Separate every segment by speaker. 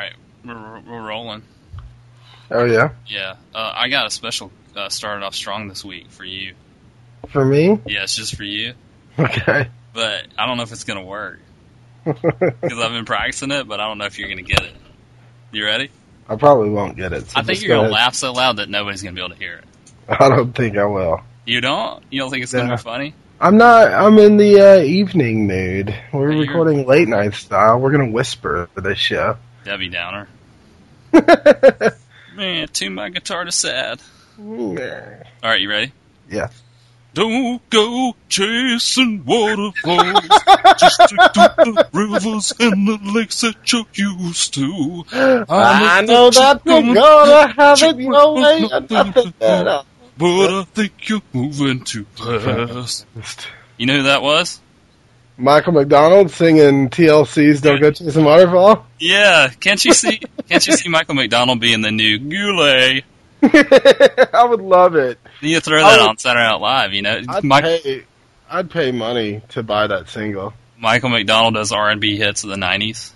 Speaker 1: All right, we're, we're rolling.
Speaker 2: Oh yeah.
Speaker 1: Yeah, uh, I got a special uh, started off strong this week for you.
Speaker 2: For me?
Speaker 1: Yeah, it's just for you,
Speaker 2: Okay.
Speaker 1: but I don't know if it's gonna work because I've been practicing it, but I don't know if you're gonna get it. You ready?
Speaker 2: I probably won't get it. so
Speaker 1: I think
Speaker 2: just
Speaker 1: you're gonna
Speaker 2: go
Speaker 1: laugh so loud that nobody's gonna be able to hear it.
Speaker 2: ahead. I don't think I will.
Speaker 1: You don't? You don't think it's gonna
Speaker 2: Nah.
Speaker 1: be funny?
Speaker 2: I'm not. I'm in the uh, evening mood. We're
Speaker 1: Yeah, you're-
Speaker 2: recording late night style. We're gonna whisper for this show.
Speaker 1: Debbie Downer.
Speaker 2: yeah.
Speaker 1: Man, tune my guitar to sad. All right, you ready? Don't go chasing waterfalls just to the rivers and the lakes that you're used to.
Speaker 2: I know that you're gonna have it your way and nothing better.
Speaker 1: But I think you're moving too fast. You know who that was?
Speaker 2: Michael McDonald singing TLC's "Don't Go Chasing Waterfall."
Speaker 1: Yeah. Can't you see? Can't you see Michael McDonald being the new Goulet?
Speaker 2: I would love it.
Speaker 1: You throw that
Speaker 2: Oh.
Speaker 1: on Saturday Night Live. You know,
Speaker 2: I'd
Speaker 1: Mike,
Speaker 2: pay. I'd pay money to buy that single.
Speaker 1: Michael McDonald does R and B hits of the '90s.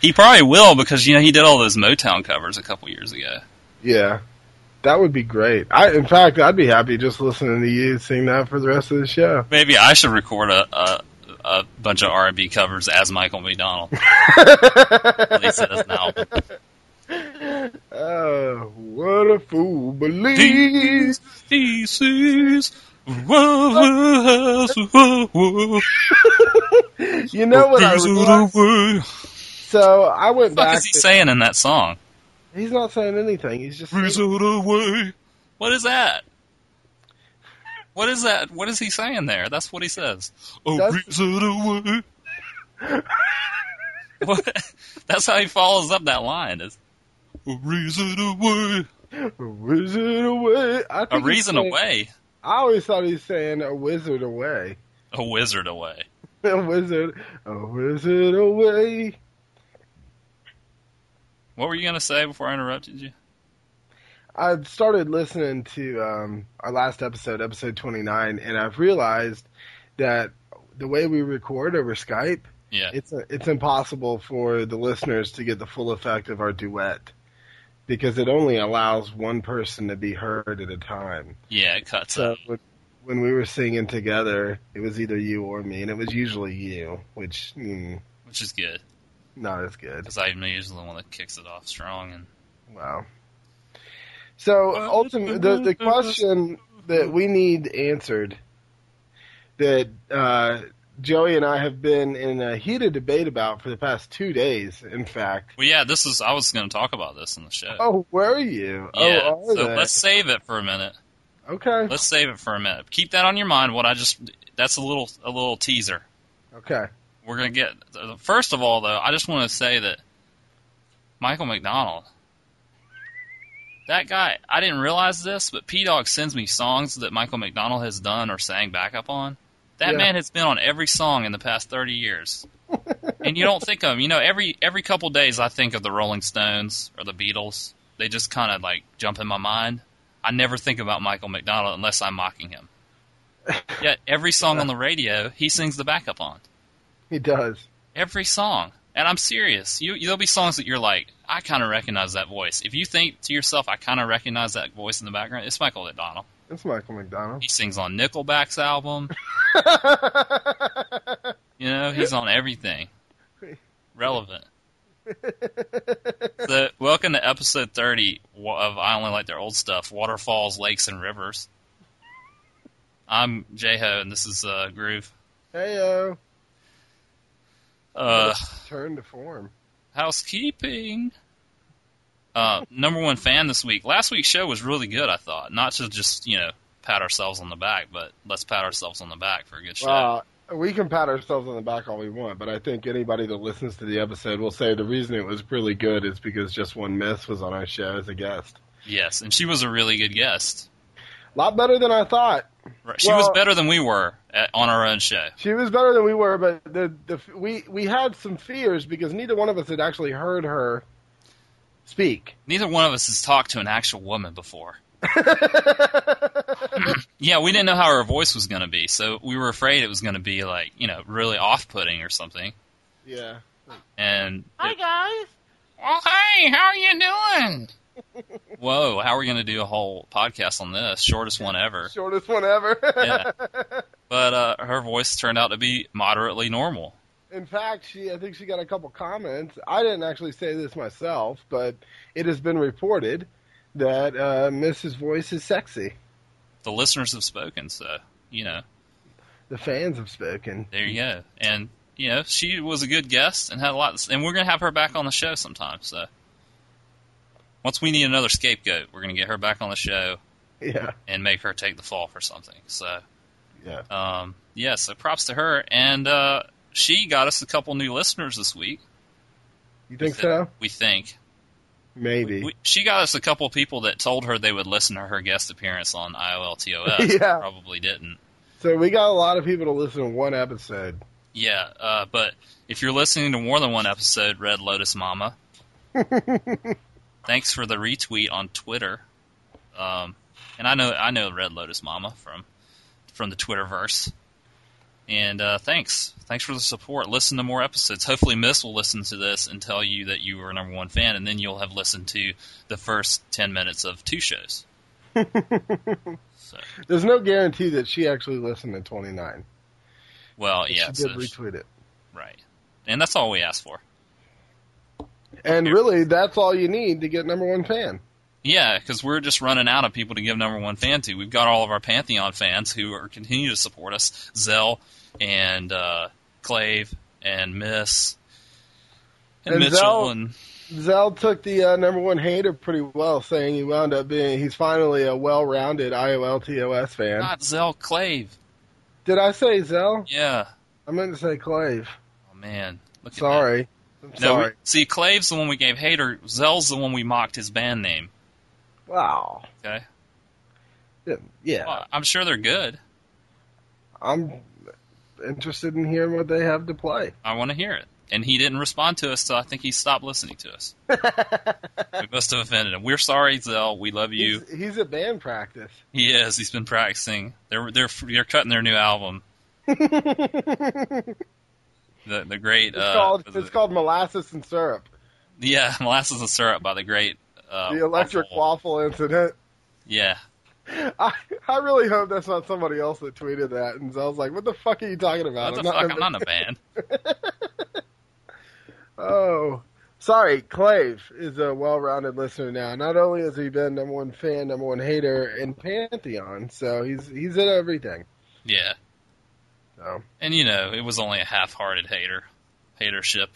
Speaker 1: He probably will because you know he did all those Motown covers a couple years ago.
Speaker 2: Yeah, that would be great. I, in fact, I'd be happy just listening to you sing that for the rest of the show.
Speaker 1: Maybe I should record a a, a bunch of R and B covers as Michael McDonald. At least it is now.
Speaker 2: oh, what a fool believes.
Speaker 1: Thesis. You
Speaker 2: You know what I realized? So I went
Speaker 1: What
Speaker 2: back.
Speaker 1: is he
Speaker 2: to-
Speaker 1: saying in that song?
Speaker 2: he's not saying anything. He's just. singing.
Speaker 1: away. What is that? What is that? What is he saying there? That's what he says. Oh,
Speaker 2: That's-
Speaker 1: breeze it away. What? That's how he follows up that line. Is a reason away.
Speaker 2: A wizard away. I
Speaker 1: A
Speaker 2: think he's
Speaker 1: reason
Speaker 2: saying-
Speaker 1: away.
Speaker 2: I always thought he was saying a wizard away.
Speaker 1: A wizard away.
Speaker 2: A wizard, a wizard away.
Speaker 1: What were you gonna say before I interrupted you?
Speaker 2: I started listening to um, our last episode, episode 29, and I've realized that the way we record over Skype,
Speaker 1: Yeah.
Speaker 2: it's it's impossible for the listeners to get the full effect of our duet because it only allows one person to be heard at a time.
Speaker 1: Yeah, it cuts
Speaker 2: So
Speaker 1: up.
Speaker 2: when- when we were singing together, it was either you or me, and it was usually you, which mm,
Speaker 1: which is good
Speaker 2: not as good.
Speaker 1: because I'm usually the one that kicks it off strong. And
Speaker 2: Wow. So ultimately, the, the question that we need answered that uh, Joey and I have been in a heated debate about for the past two days, in fact.
Speaker 1: well, yeah, this is I was gonna talk about this on the show.
Speaker 2: Oh, where are you?
Speaker 1: yeah,
Speaker 2: oh, are
Speaker 1: so
Speaker 2: they?
Speaker 1: let's save it for a minute.
Speaker 2: Okay.
Speaker 1: Let's save it for a minute. Keep that on your mind. What I just that's a little a little teaser.
Speaker 2: Okay.
Speaker 1: We're gonna get first of all though. I just want to say that Michael McDonald, that guy. I didn't realize this, but P Dog sends me songs that Michael McDonald has done or sang backup on. That
Speaker 2: Yeah.
Speaker 1: man has been on every song in the past thirty years. and you don't think of him. You know, every every couple days I think of the Rolling Stones or the Beatles. They just kind of like jump in my mind. I never think about Michael McDonald unless I'm mocking him. Yet every song on the radio he sings the backup on.
Speaker 2: He does.
Speaker 1: Every song. And I'm serious. You there'll be songs that you're like, I kind of recognize that voice. If you think to yourself, I kind of recognize that voice in the background, it's Michael McDonald.
Speaker 2: It's Michael McDonald.
Speaker 1: He sings on Nickelback's album. You know, he's on everything. Relevant. So, welcome to episode 30 wa- of I Only Like Their Old Stuff Waterfalls, Lakes, and Rivers. I'm J Ho, and this is uh, Groove.
Speaker 2: Heyo.
Speaker 1: Uh,
Speaker 2: Turn to form.
Speaker 1: housekeeping. Uh, number one fan this week. Last week's show was really good, I thought. Not to just, you know, pat ourselves on the back, but let's pat ourselves on the back for a good show.
Speaker 2: Well, Uh, we can pat ourselves on the back all we want, but I think anybody that listens to the episode will say the reason it was really good is because just one miss was on our show as a guest.
Speaker 1: Yes, and she was a really good guest.
Speaker 2: A lot better than I thought.
Speaker 1: Right, She was
Speaker 2: Well-
Speaker 1: better than we were at, on our own show.
Speaker 2: She was better than we were, but the, the we we had some fears because neither one of us had actually heard her speak.
Speaker 1: Neither one of us has talked to an actual woman before. Yeah, we didn't know how her voice was going to be, so we were afraid it was going to be like, you know, really off-putting or something.
Speaker 2: yeah.
Speaker 1: And Oh,
Speaker 3: Hi guys,
Speaker 1: Hey, how are you doing? Whoa, how are we going to do a whole podcast on this? Shortest one ever.
Speaker 2: Shortest one ever.
Speaker 1: Yeah. But uh, her voice turned out to be moderately normal.
Speaker 2: In fact, she I think she got a couple comments. I didn't actually say this myself, but it has been reported that uh, Mrs. Voice is sexy.
Speaker 1: The listeners have spoken, so, you know,
Speaker 2: The fans have spoken.
Speaker 1: there you go. And, you know, she was a good guest and had a lot. and we're going to have her back on the show sometime, so. Once we need another scapegoat, we're going to get her back on the show
Speaker 2: Yeah,
Speaker 1: and make her take the fall for something. So,
Speaker 2: yeah.
Speaker 1: um, yeah, so props to her. And uh, she got us a couple new listeners this week.
Speaker 2: You think so?
Speaker 1: We think.
Speaker 2: Maybe.
Speaker 1: We, she got us a couple people that told her they would listen to her guest appearance on IOLTOS.
Speaker 2: Yeah.
Speaker 1: Probably didn't.
Speaker 2: so we got a lot of people to listen to one episode.
Speaker 1: Yeah, uh, but if you're listening to more than one episode, Red Lotus Mama, thanks for the retweet on Twitter. Um, and I know I know Red Lotus Mama from from the Twitterverse. And uh, thanks, thanks for the support. Listen to more episodes. Hopefully, Miss will listen to this and tell you that you were a number one fan, and then you'll have listened to the first ten minutes of two shows. so,
Speaker 2: There's no guarantee that she actually listened to 29.
Speaker 1: well, yeah,
Speaker 2: she
Speaker 1: so-
Speaker 2: did retweet it.
Speaker 1: right, and that's all we asked for.
Speaker 2: And really, that's all you need to get number one fan.
Speaker 1: Yeah, because we're just running out of people to give number one fan to. We've got all of our Pantheon fans who are continue to support us, Zell and uh, Clave and Miss and,
Speaker 2: And
Speaker 1: Mitchell
Speaker 2: Zell-
Speaker 1: and
Speaker 2: Zell took the uh, number one hater pretty well, saying he wound up being he's finally a well-rounded IOLTOS fan.
Speaker 1: not Zell Clave.
Speaker 2: Did I say Zell?
Speaker 1: Yeah.
Speaker 2: I meant to say Clave.
Speaker 1: Oh man. Look at
Speaker 2: Sorry, I'm
Speaker 1: that. No, we-
Speaker 2: sorry.
Speaker 1: see, Clave's the one we gave hater. Zell's the one we mocked his band name.
Speaker 2: Wow.
Speaker 1: Okay.
Speaker 2: Yeah, yeah.
Speaker 1: Well, I'm sure they're good.
Speaker 2: I'm interested in hearing what they have to play.
Speaker 1: I want to hear it. And he didn't respond to us, so I think he stopped listening to us. we must have offended him. We're sorry, Zell. We love you.
Speaker 2: He's, he's at band practice.
Speaker 1: He is. He's been practicing. They're they're they're cutting their new album.
Speaker 2: it's
Speaker 1: The the great. uh,
Speaker 2: called
Speaker 1: the-
Speaker 2: it's called molasses and syrup.
Speaker 1: Yeah, molasses and syrup by the great. Uh,
Speaker 2: the electric
Speaker 1: Waffle.
Speaker 2: waffle incident.
Speaker 1: Yeah,
Speaker 2: I, I really hope that's not somebody else that tweeted that. And Zell's like, "What the fuck are you talking about?"
Speaker 1: what the
Speaker 2: I'm Uh,
Speaker 1: fuck?
Speaker 2: not gonna-
Speaker 1: I'm not in a band.
Speaker 2: Oh, sorry. Clave is a well-rounded listener now. Not only has he been number one fan, number one hater in Pantheon, so he's he's at everything.
Speaker 1: Yeah,
Speaker 2: So
Speaker 1: and you know it was only a half-hearted hater, hatership,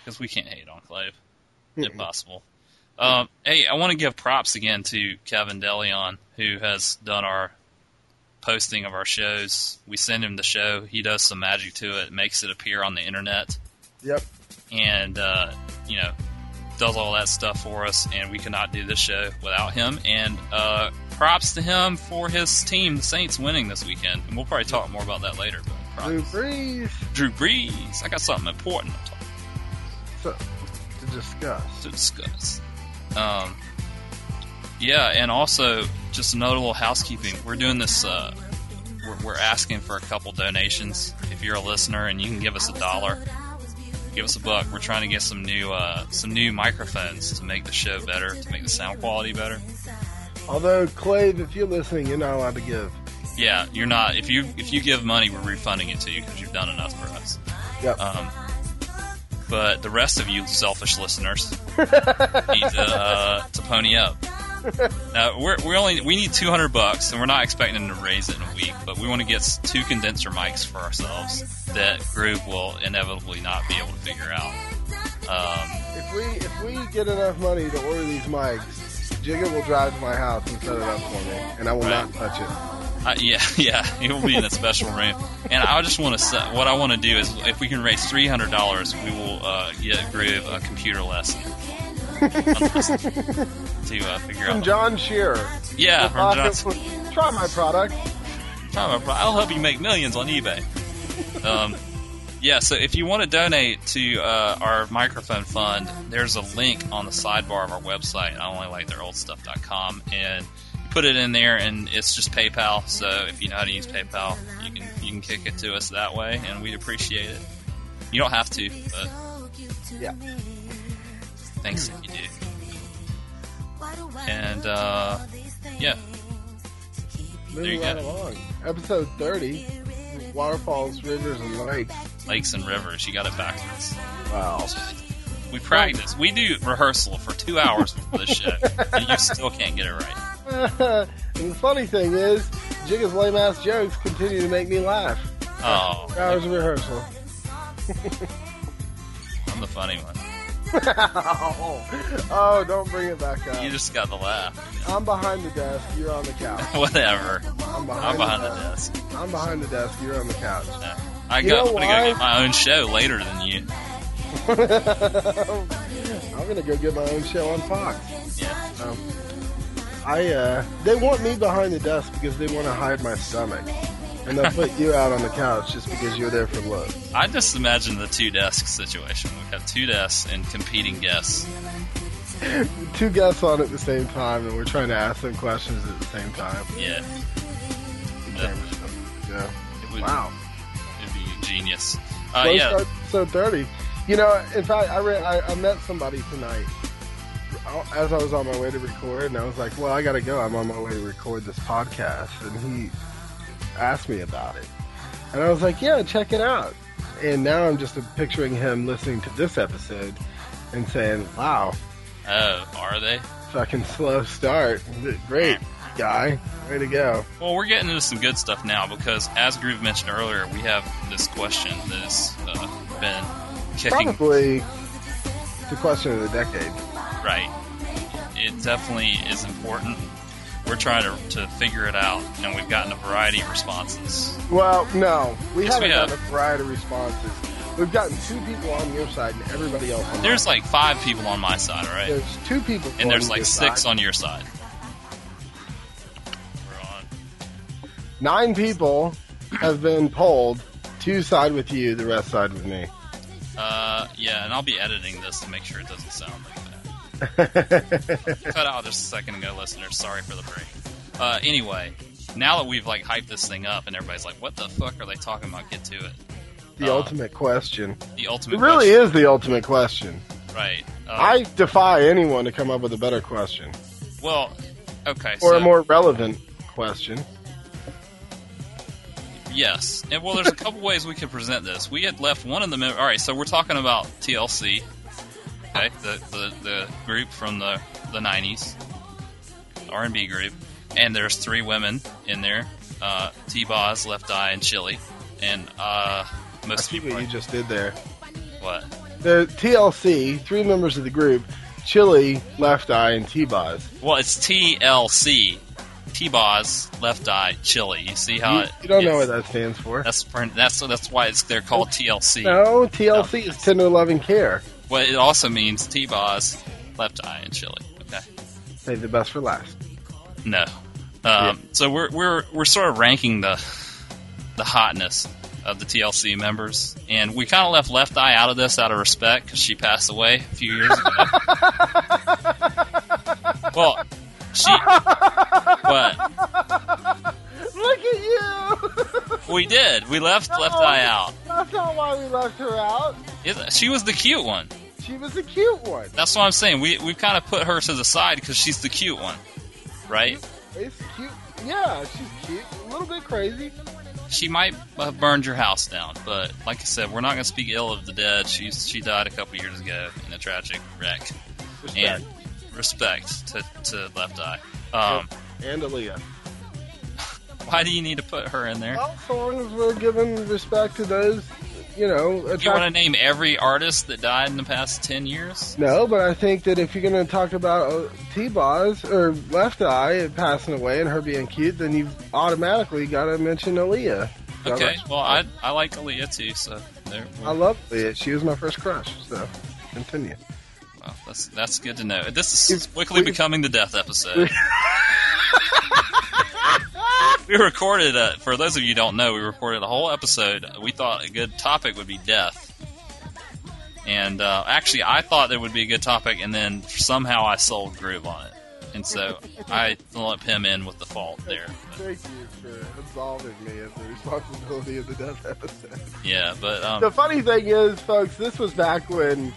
Speaker 1: because we can't hate on Clave.
Speaker 2: Mm-mm.
Speaker 1: Impossible. Um, hey, I want to give props again to Kevin Delion, who has done our posting of our shows. We send him the show. He does some magic to it, makes it appear on the internet.
Speaker 2: yep,
Speaker 1: and uh, you know does all that stuff for us and we cannot do this show without him and uh, props to him for his team the saints winning this weekend and we'll probably talk more about that later but
Speaker 2: Blue
Speaker 1: props.
Speaker 2: Breeze
Speaker 1: drew brees i got something important to, talk,
Speaker 2: to discuss.
Speaker 1: to discuss um, yeah and also just another little housekeeping we're doing this uh, we're, we're asking for a couple donations if you're a listener and you can give us a dollar give us a buck. We're trying to get some new uh, some new microphones to make the show better, to make the sound quality better.
Speaker 2: Although Clave, if you're listening, you're not allowed to give.
Speaker 1: Yeah, you're not. If you if you give money, we're refunding it to you because you've done enough for us.
Speaker 2: Yep.
Speaker 1: Um, but the rest of you selfish listeners need to, uh, to pony up. Now we're we only we need 200 bucks, and we're not expecting to raise it in a week. But we want to get s- two condenser mics for ourselves that Groove will inevitably not be able to figure out. Um,
Speaker 2: If we if we get enough money to order these mics, Jigga will drive to my house and set it up for me, and I will
Speaker 1: Right.
Speaker 2: not touch it.
Speaker 1: Uh, yeah, yeah, it will be in a special room. And I just want to say, what I want to do is, if we can raise three hundred dollars, we will uh, get Groove a computer lesson to uh, figure
Speaker 2: From
Speaker 1: out.
Speaker 2: John Shearer.
Speaker 1: yeah, from
Speaker 2: Pocket
Speaker 1: Johnson.
Speaker 2: Flip- Try my product.
Speaker 1: Tom, I'll help you make millions on eBay. Um, yeah, so if you want to donate to uh, our microphone fund, there's a link on the sidebar of our website. I only like their old stuff.com and you put it in there, and it's just PayPal. So if you know how to use PayPal, you can you can kick it to us that way, and we appreciate it. You don't have to, but
Speaker 2: Yeah.
Speaker 1: thinks that you do. And uh, yeah,
Speaker 2: Moving
Speaker 1: you
Speaker 2: right
Speaker 1: go.
Speaker 2: along. Episode 30 Waterfalls, Rivers, and Lakes.
Speaker 1: lakes and rivers, you got it backwards.
Speaker 2: Wow.
Speaker 1: We practice. We do rehearsal for two hours for this shit, and you still can't get it right.
Speaker 2: and the funny thing is, Jigga's lame ass jokes continue to make me laugh.
Speaker 1: Oh,
Speaker 2: Hours of rehearsal.
Speaker 1: I'm the funny one.
Speaker 2: oh, don't bring it back up.
Speaker 1: You just got the laugh.
Speaker 2: I'm behind the desk, you're on the couch.
Speaker 1: Whatever.
Speaker 2: I'm behind,
Speaker 1: I'm behind
Speaker 2: the,
Speaker 1: the
Speaker 2: desk.
Speaker 1: desk.
Speaker 2: I'm behind the desk, you're on the couch.
Speaker 1: No. I
Speaker 2: You
Speaker 1: go,
Speaker 2: know
Speaker 1: I'm gonna go
Speaker 2: why?
Speaker 1: get my own show later than you.
Speaker 2: I'm gonna go get my own show on Fox.
Speaker 1: Yeah.
Speaker 2: Um, I uh, they want me behind the desk because they want to hide my stomach, and they'll put you out on the couch just because you're there for looks.
Speaker 1: I just imagine the two desk situation. We have two desks and competing guests.
Speaker 2: Two guests on at the same time, and we're trying to ask them questions at the same time.
Speaker 1: Yeah.
Speaker 2: Yeah. Yeah.
Speaker 1: It would,
Speaker 2: Wow.
Speaker 1: It'd be genius. Uh,
Speaker 2: Close
Speaker 1: yeah.
Speaker 2: to episode thirty. You know, in fact, I, re- I I met somebody tonight as I was on my way to record, and I was like, "Well, I gotta go. I'm on my way to record this podcast," and he asked me about it, and I was like, "Yeah, check it out." And now I'm just picturing him listening to this episode and saying, "Wow,
Speaker 1: Oh, are they?
Speaker 2: fucking slow start. Great guy, way to go."
Speaker 1: Well, we're getting into some good stuff now because, as Groove mentioned earlier, we have this question that has uh, been kicking
Speaker 2: Probably the question of the decade.
Speaker 1: right. It definitely is important. We're trying to, to figure it out, and we've gotten a variety of responses.
Speaker 2: Well, no, we
Speaker 1: Yes,
Speaker 2: haven't
Speaker 1: we have.
Speaker 2: gotten a variety of responses. We've gotten two people on your side and everybody else on
Speaker 1: There's
Speaker 2: mine.
Speaker 1: like five people on my side, all right?
Speaker 2: there's two people,
Speaker 1: And there's
Speaker 2: on
Speaker 1: like
Speaker 2: your
Speaker 1: six
Speaker 2: side.
Speaker 1: on your side. We're on.
Speaker 2: nine people have been polled. Two side with you, the rest side with me.
Speaker 1: Uh, yeah, and I'll be editing this to make sure it doesn't sound like that. cut out just a second ago, listeners. Sorry for the break. Uh, anyway, now that we've like hyped this thing up and everybody's like, "What the fuck are they talking about?" Get to it.
Speaker 2: the
Speaker 1: Uh,
Speaker 2: ultimate question.
Speaker 1: The ultimate.
Speaker 2: It really is the ultimate question.
Speaker 1: is right. Uh,
Speaker 2: I defy anyone to come up with a better question
Speaker 1: well, okay.
Speaker 2: or
Speaker 1: so,
Speaker 2: a more relevant question.
Speaker 1: yes, and well, there's a couple ways we could present this. We had left one in the middle. All right, so we're talking about TLC, okay, the the, the group from the the '90s, R and B group, and there's three women in there: uh, T. Boz, Left Eye, and Chili, and uh,
Speaker 2: I
Speaker 1: most
Speaker 2: see
Speaker 1: people.
Speaker 2: what you just did there.
Speaker 1: What?
Speaker 2: The TLC, three members of the group, Chili, Left Eye, and T-Boz.
Speaker 1: Well, it's TLC. T Boz, Left Eye, Chili. You see how
Speaker 2: You,
Speaker 1: it,
Speaker 2: you don't know what
Speaker 1: it's-
Speaker 2: that stands for.
Speaker 1: That's pr- that's that's why it's they're called TLC.
Speaker 2: No, TLC is tender loving care.
Speaker 1: Well, it also means T Boz, Left Eye, and Chili. Okay.
Speaker 2: Save the best for last.
Speaker 1: No. Um, So we're we're we're sort of ranking the the hotness of the TLC members, and we kind of left Left Eye out of this out of respect because she passed away a few years ago. well, she. What?
Speaker 2: Look at you!
Speaker 1: We did. We left Left
Speaker 2: Oh.
Speaker 1: Eye out.
Speaker 2: That's not why we left her out.
Speaker 1: Is- She was the cute one.
Speaker 2: She was a cute one.
Speaker 1: That's what I'm saying. We we kind of put her to the side because she's the cute one, right?
Speaker 2: It's cute. Yeah, she's cute. A little bit crazy.
Speaker 1: She might have burned your house down, but like I said, we're not going to speak ill of the dead. She's she died a couple years ago in a tragic wreck.
Speaker 2: Respect.
Speaker 1: And respect to, to Left Eye. Um,
Speaker 2: And Aaliyah.
Speaker 1: why do you need to put her in there?
Speaker 2: Well, as long as we're giving respect to those, you know,
Speaker 1: Do you want to
Speaker 2: attractive.
Speaker 1: name every artist that died in the past ten years?
Speaker 2: No, but I think that if you're going to talk about uh, T-Boz or Left Eye passing away and her being cute, then you've automatically got to mention Aaliyah.
Speaker 1: Okay. Well, I I like Aaliyah too, so there.
Speaker 2: I love Aaliyah. She was my first crush. So continue.
Speaker 1: Well, that's that's good to know. This is
Speaker 2: It's-
Speaker 1: quickly
Speaker 2: we-
Speaker 1: becoming the death episode. we recorded a, for those of you who don't know, we recorded a whole episode. We thought a good topic would be death, and uh, actually, I thought there would be a good topic, and then somehow I sold Groove on it, and so I lump him in with the fault there. But,
Speaker 2: Thank you for absolving me of the responsibility of the death episode.
Speaker 1: yeah, but um,
Speaker 2: The funny thing is, folks, this was back when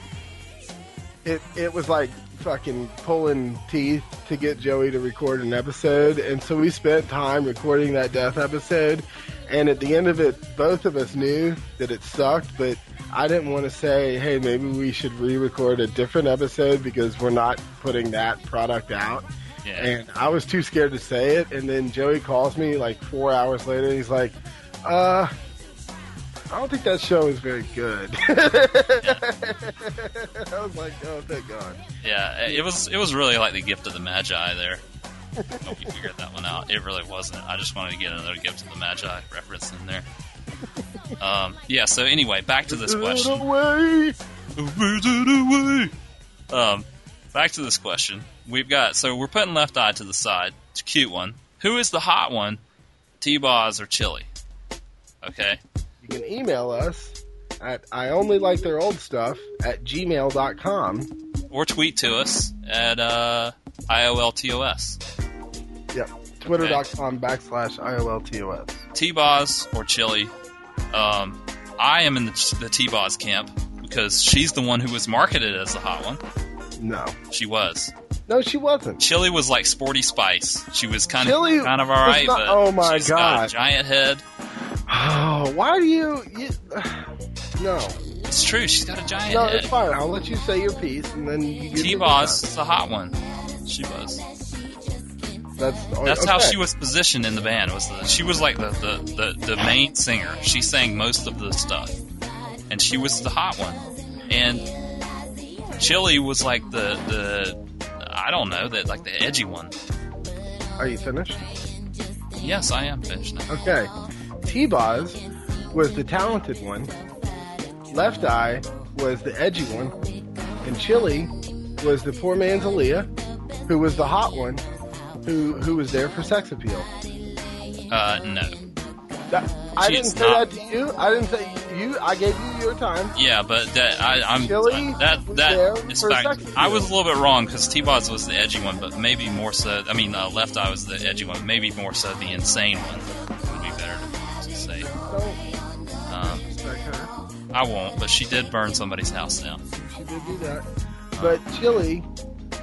Speaker 2: it it was like fucking pulling teeth to get Joey to record an episode, and so we spent time recording that death episode. And at the end of it, both of us knew that it sucked, but I didn't want to say, "Hey, maybe we should re-record a different episode because we're not putting that product out."
Speaker 1: Yeah.
Speaker 2: And I was too scared to say it. And then Joey calls me like four hours later. He's like, "Uh." I don't think that show is very good. I was like, oh, thank God.
Speaker 1: Yeah, it was it was really like the gift of the Magi there. Hope you figured that one out. It really wasn't. I just wanted to get another gift of the Magi reference in there. Um, yeah. So anyway, back to this question.
Speaker 2: Away.
Speaker 1: Where's it away? Um, back to this question. We've got so we're putting Left Eye to the side. It's a cute one. Who is the hot one? T Boz or Chili? Okay.
Speaker 2: You can email us at I only like their old stuff at gmail.com.
Speaker 1: Or tweet to us at uh, IOLTOS.
Speaker 2: Twitter.com backslash IOLTOS.
Speaker 1: T Boz or Chili. Um, I am in the, the T Boz camp because she's the one who was marketed as the hot one.
Speaker 2: No.
Speaker 1: She was.
Speaker 2: No, she wasn't.
Speaker 1: Chili was like sporty spice. She was kind
Speaker 2: Chili
Speaker 1: of kind of all
Speaker 2: was
Speaker 1: right,
Speaker 2: not-
Speaker 1: but
Speaker 2: oh my
Speaker 1: she's got
Speaker 2: God.
Speaker 1: a giant head.
Speaker 2: Oh, why do you. you no.
Speaker 1: It's true. She's got a giant
Speaker 2: No, it's
Speaker 1: head.
Speaker 2: fine. I'll let you say your piece and then you get
Speaker 1: T Boz is the hot one. She was.
Speaker 2: That's, oh,
Speaker 1: That's how
Speaker 2: okay.
Speaker 1: she was positioned in the band. Was the, she was like the, the, the, the main singer. She sang most of the stuff, and she was the hot one. And Chili was like the the I don't know that like the edgy one.
Speaker 2: Are you finished?
Speaker 1: Yes, I am finished now.
Speaker 2: Okay. T Boz was the talented one. Left Eye was the edgy one. And Chili was the poor man's Aaliyah, who was the hot one, who who was there for sex appeal.
Speaker 1: Uh, no.
Speaker 2: That- I
Speaker 1: She
Speaker 2: didn't
Speaker 1: is
Speaker 2: say
Speaker 1: not-
Speaker 2: that to you. I didn't say you. I gave you your time.
Speaker 1: Yeah, but that I, I'm
Speaker 2: Chili
Speaker 1: that
Speaker 2: was there
Speaker 1: that is
Speaker 2: for
Speaker 1: fact.
Speaker 2: sex appeal.
Speaker 1: I was a little bit wrong because T Boz was the edgy one, but maybe more so. I mean, uh, Left Eye was the edgy one, maybe more so the insane one would be better to, to say.
Speaker 2: Don't
Speaker 1: Um,
Speaker 2: respect her.
Speaker 1: I won't, but she did burn somebody's house down.
Speaker 2: She did do that. But Chili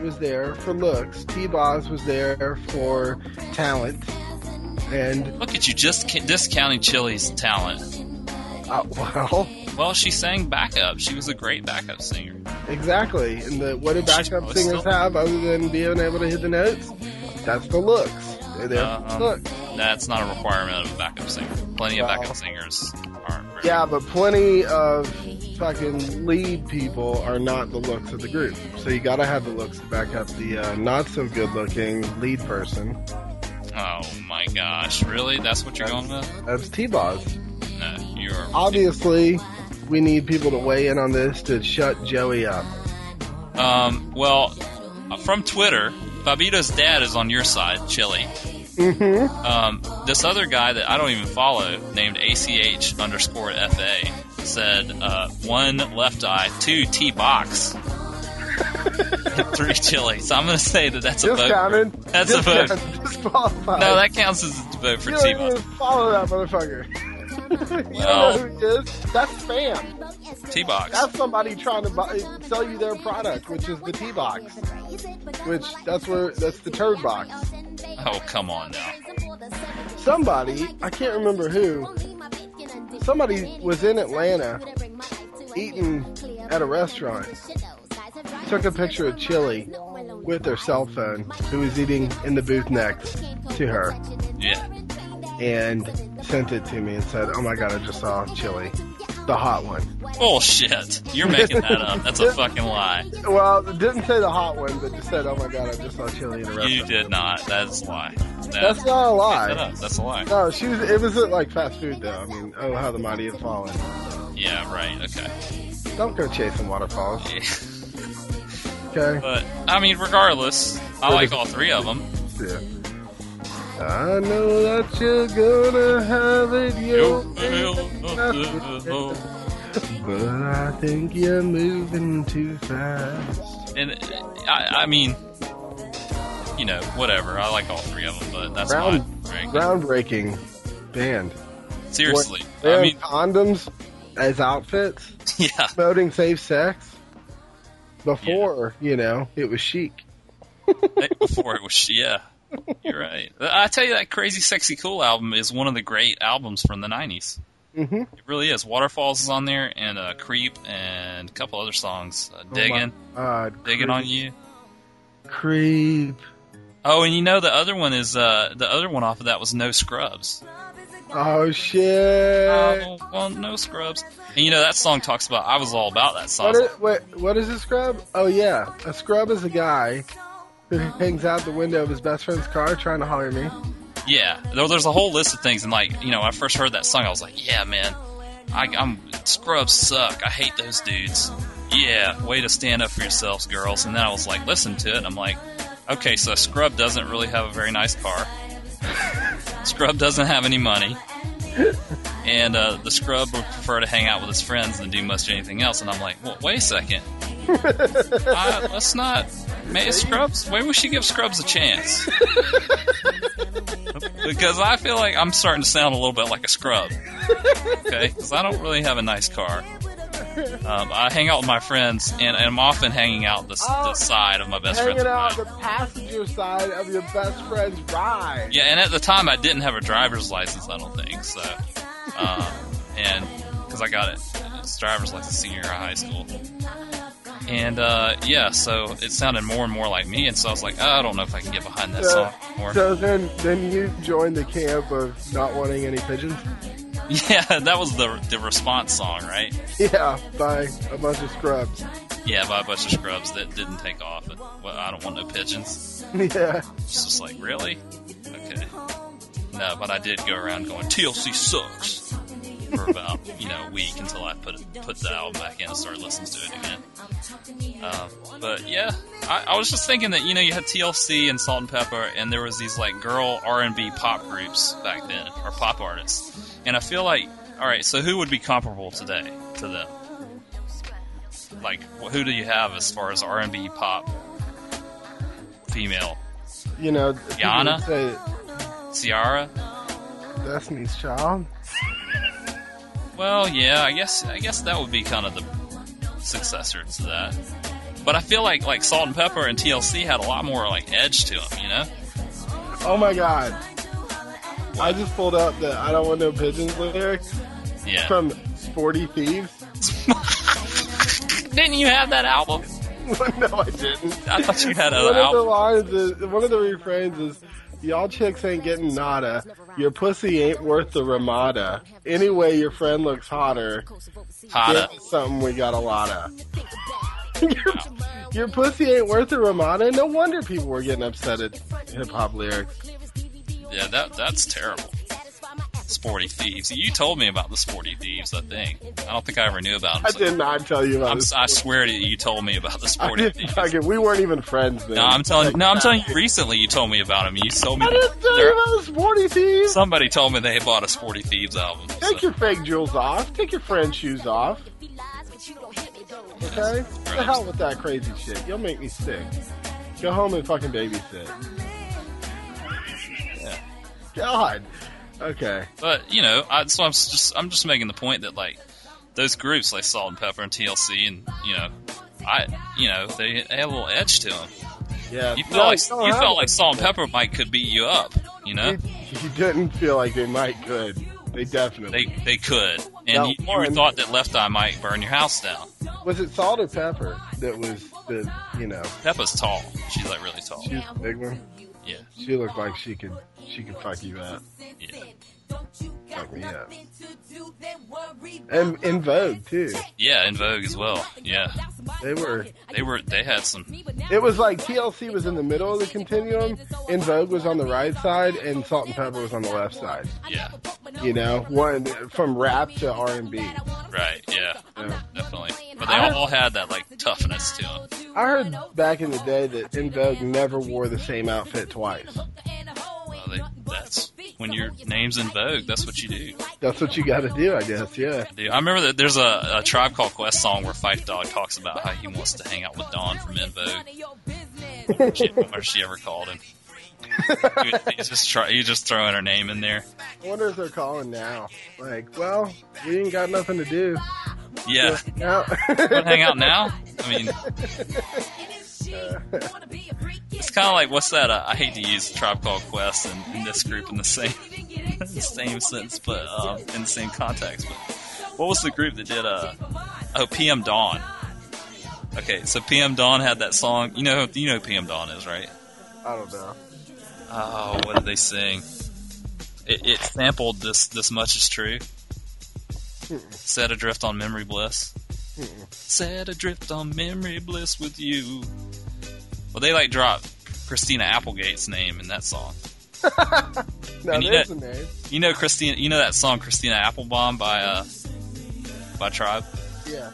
Speaker 2: was there for looks. T Boz was there for talent. And,
Speaker 1: Look at you, just ca- discounting Chili's talent.
Speaker 2: uh, well.
Speaker 1: Well, she sang backup. She was a great backup singer.
Speaker 2: Exactly. And the, what do backup
Speaker 1: Well,
Speaker 2: singers
Speaker 1: still-
Speaker 2: have other than being able to hit the notes? That's the looks. They're there for
Speaker 1: Um,
Speaker 2: looks.
Speaker 1: That's not a requirement of a backup singer. Plenty of
Speaker 2: Well.
Speaker 1: backup singers aren't. very-
Speaker 2: Yeah, but plenty of fucking lead people are not the looks of the group. So you gotta have the looks to back up the uh, not so good looking lead person.
Speaker 1: Oh my gosh, really? That's what you're going with?
Speaker 2: That's T Boz.
Speaker 1: No, you're.
Speaker 2: Obviously, we need people to weigh in on this to shut Joey up.
Speaker 1: Um, well, from Twitter, Babito's dad is on your side, Chili.
Speaker 2: hmm
Speaker 1: Um, this other guy that I don't even follow, named ACH underscore FA, said uh, one left eye, two T box, three Chili. So I'm going to say that that's a vote.
Speaker 2: Discounted.
Speaker 1: That's a vote.
Speaker 2: Discounted. Disqualified.
Speaker 1: No, that counts as a vote for
Speaker 2: you
Speaker 1: T
Speaker 2: don't
Speaker 1: box.
Speaker 2: even follow that motherfucker. you
Speaker 1: Well.
Speaker 2: don't know who he is. That's spam.
Speaker 1: T box.
Speaker 2: That's somebody trying to buy, sell you their product, which is the tea box. Which that's where that's the turd box.
Speaker 1: Oh, come on now.
Speaker 2: Somebody, I can't remember who, somebody was in Atlanta eating at a restaurant, took a picture of Chili with her cell phone, who was eating in the booth next to her,
Speaker 1: Yeah.
Speaker 2: and sent it to me and said, "Oh my god, I just saw Chili, the hot one."
Speaker 1: Oh, Bullshit. You're making that up. That's a fucking lie.
Speaker 2: Well, it didn't say the hot one, but just said, "Oh my god, I just saw Chili in a restaurant."
Speaker 1: You did not. That's a lie. That's,
Speaker 2: That's not a lie.
Speaker 1: Shut up. That's a lie.
Speaker 2: No, she was. It was at like fast food though. I mean, oh how the mighty have fallen.
Speaker 1: Yeah, right. Okay.
Speaker 2: Don't go chasing waterfalls.
Speaker 1: Yeah.
Speaker 2: Okay.
Speaker 1: But I mean, regardless, I like all three of them.
Speaker 2: Yeah. I know that you're gonna have it your way, but I think you're moving too fast.
Speaker 1: And I, I mean, you know, whatever. I like all three of them, but that's
Speaker 2: Round-
Speaker 1: fine. Right?
Speaker 2: Groundbreaking band.
Speaker 1: Seriously, I
Speaker 2: Wearing
Speaker 1: mean,
Speaker 2: condoms as outfits,
Speaker 1: yeah,
Speaker 2: promoting safe sex. Before, you know, it was chic.
Speaker 1: Before it was, yeah. You're right. I tell you, that Crazy Sexy Cool album is one of the great albums from the 90s.
Speaker 2: hmm
Speaker 1: It really is. Waterfalls is on there, and uh, Creep, and a couple other songs. Uh, Digging,
Speaker 2: Uh,
Speaker 1: Digging on You.
Speaker 2: Creep.
Speaker 1: Oh, and you know the other one is uh the other one off of that was No Scrubs.
Speaker 2: Oh shit!
Speaker 1: Oh,
Speaker 2: Uh,
Speaker 1: well, No Scrubs. And you know that song talks about I was all about that song.
Speaker 2: what, is, what, what is a scrub? Oh yeah, a scrub is a guy who hangs out the window of his best friend's car trying to holler me.
Speaker 1: Yeah, there, there's a whole list of things, and like you know, when I first heard that song, I was like, yeah, man, I, I'm Scrubs suck. I hate those dudes. Yeah, way to stand up for yourselves, girls. And then I was like, listen to it. And I'm like, okay, so Scrub doesn't really have a very nice car. Scrub doesn't have any money. And uh, the scrub would prefer to hang out with his friends than do much anything else. And I'm like, well, wait a second. Uh, let's not. May Scrubs? Maybe we should give Scrubs a chance. because I feel like I'm starting to sound a little bit like a scrub. Okay? Because I don't really have a nice car. Um, I hang out with my friends, and, and I'm often hanging out the, s
Speaker 2: Oh,
Speaker 1: the side of my best friend's
Speaker 2: Hanging out
Speaker 1: ride.
Speaker 2: the passenger side of your best friend's ride.
Speaker 1: Yeah, and at the time I didn't have a driver's license, I don't think. So, uh, and because I got it, it's driver's license senior year of high school. And uh, yeah, so it sounded more and more like me, and so I was like, oh, I don't know if I can get behind that
Speaker 2: So-
Speaker 1: song more.
Speaker 2: So then, then you joined the camp of not wanting any pigeons.
Speaker 1: yeah, that was the the response song, right?
Speaker 2: Yeah, by a bunch of scrubs.
Speaker 1: Yeah, by a bunch of scrubs that didn't take off. And, well, I don't want no pigeons.
Speaker 2: Yeah,
Speaker 1: It's just like really, okay. No, but I did go around going TLC sucks for about you know a week until I put put the album back in and started listening to it again. Um, but yeah, I, I was just thinking that you know you had TLC and Salt and Pepper, and there was these like girl R and B pop groups back then or pop artists, and I feel like all right, so who would be comparable today to them? Like, wh- who do you have as far as R and B pop female?
Speaker 2: you know. people
Speaker 1: Yana?
Speaker 2: would Say
Speaker 1: Ciara?
Speaker 2: Destiny's Child.
Speaker 1: Well, yeah, I guess I guess that would be kind of the successor to that. But I feel like like Salt and Pepper and TLC had a lot more like edge to them, you know?
Speaker 2: Oh my god. I just pulled out the I don't want no pigeons lyric
Speaker 1: Yeah.
Speaker 2: from Sporty Thieves.
Speaker 1: Didn't you have that album?
Speaker 2: no, I didn't.
Speaker 1: I thought you had
Speaker 2: one
Speaker 1: an
Speaker 2: of the
Speaker 1: album.
Speaker 2: lines is one of the refrains is y'all chicks ain't getting nada your pussy ain't worth the ramada anyway your friend looks hotter
Speaker 1: Hotta.
Speaker 2: Give us something we got a lot of your, your pussy ain't worth the ramada no wonder people were getting upset at hip-hop lyrics
Speaker 1: Yeah, that that's terrible. Sporty Thieves. You told me about the Sporty Thieves, I think. I don't think I ever knew about them.
Speaker 2: i did not tell you about
Speaker 1: I'm,
Speaker 2: this
Speaker 1: I swear to you, you told me about the
Speaker 2: I
Speaker 1: Sporty
Speaker 2: didn't
Speaker 1: Thieves.
Speaker 2: fucking- we weren't even friends then
Speaker 1: No, I'm telling. No, I'm telling you. Recently, you told me about them. You told me
Speaker 2: I didn't tell you
Speaker 1: they're-
Speaker 2: about the sporty thieves
Speaker 1: Somebody told me they bought a Sporty Thieves album.
Speaker 2: take your fake jewels off take your friend shoes off Okay? What the hell with that crazy shit. You'll make me sick. Go home and fucking babysit. Yeah. God. Okay.
Speaker 1: But you know, I, so I'm s- just I'm just making the point that like those groups like Salt and Pepper and TLC and you know, I you know they, they had a little edge to them.
Speaker 2: Yeah.
Speaker 1: You
Speaker 2: No,
Speaker 1: felt like
Speaker 2: don't
Speaker 1: you
Speaker 2: have
Speaker 1: felt
Speaker 2: it.
Speaker 1: like Salt and Pepper might could beat you up. You know,
Speaker 2: You, you uh-huh. didn't feel like they might could. They
Speaker 1: they
Speaker 2: definitely.
Speaker 1: they could,
Speaker 2: Now,
Speaker 1: and you, you
Speaker 2: one-
Speaker 1: thought that Left Eye might burn your house down.
Speaker 2: was it salt or pepper that was the, you know,
Speaker 1: Peppa's tall. She's like really tall.
Speaker 2: she was the big one?
Speaker 1: Yeah,
Speaker 2: She looked like she could, she could fuck you up.
Speaker 1: yeah.
Speaker 2: Fuck me up. And in vogue, too.
Speaker 1: Yeah, in Vogue as well. Yeah,
Speaker 2: They were,
Speaker 1: they were. They had some.
Speaker 2: it was like TLC was in the middle of the continuum, In Vogue was on the right side, and Salt and Pepper was on the left side.
Speaker 1: Yeah,
Speaker 2: you know, one from rap to R and B.
Speaker 1: right. Yeah,
Speaker 2: Yeah.
Speaker 1: definitely. But they all had that like toughness to them.
Speaker 2: I heard back in the day that In Vogue never wore the same outfit twice.
Speaker 1: Well, they, that's when your name's in vogue. That's what you do.
Speaker 2: That's what you got to do, I guess. Yeah.
Speaker 1: Dude, I remember that there's a, a Tribe Called Quest song where Fife Dog talks about how he wants to hang out with Dawn from In Vogue. She, or she ever called him. he, was- he was just try, he was just throwing her name in there.
Speaker 2: I wonder if they're calling now. Like, well, we ain't got nothing to do.
Speaker 1: Yeah,
Speaker 2: Now,
Speaker 1: want to hang out now? I mean, it's kind of like what's that? Uh, I hate to use Tribe Called Quest and, and this group in the same the same sense, but uh, in the same context. But what was the group that did? Uh, oh, PM Dawn. Okay, so PM Dawn had that song. You know, you know who PM Dawn is, right?
Speaker 2: I don't know.
Speaker 1: Oh, what did they sing? It, it sampled this. This much is true. Set adrift on memory bliss. Set adrift on memory bliss with you. Well, they like dropped Christina Applegate's name in that song.
Speaker 2: No,
Speaker 1: And you
Speaker 2: there's a name.
Speaker 1: You know Christina. You know that song Christina Applebaum by uh by Tribe.
Speaker 2: Yeah.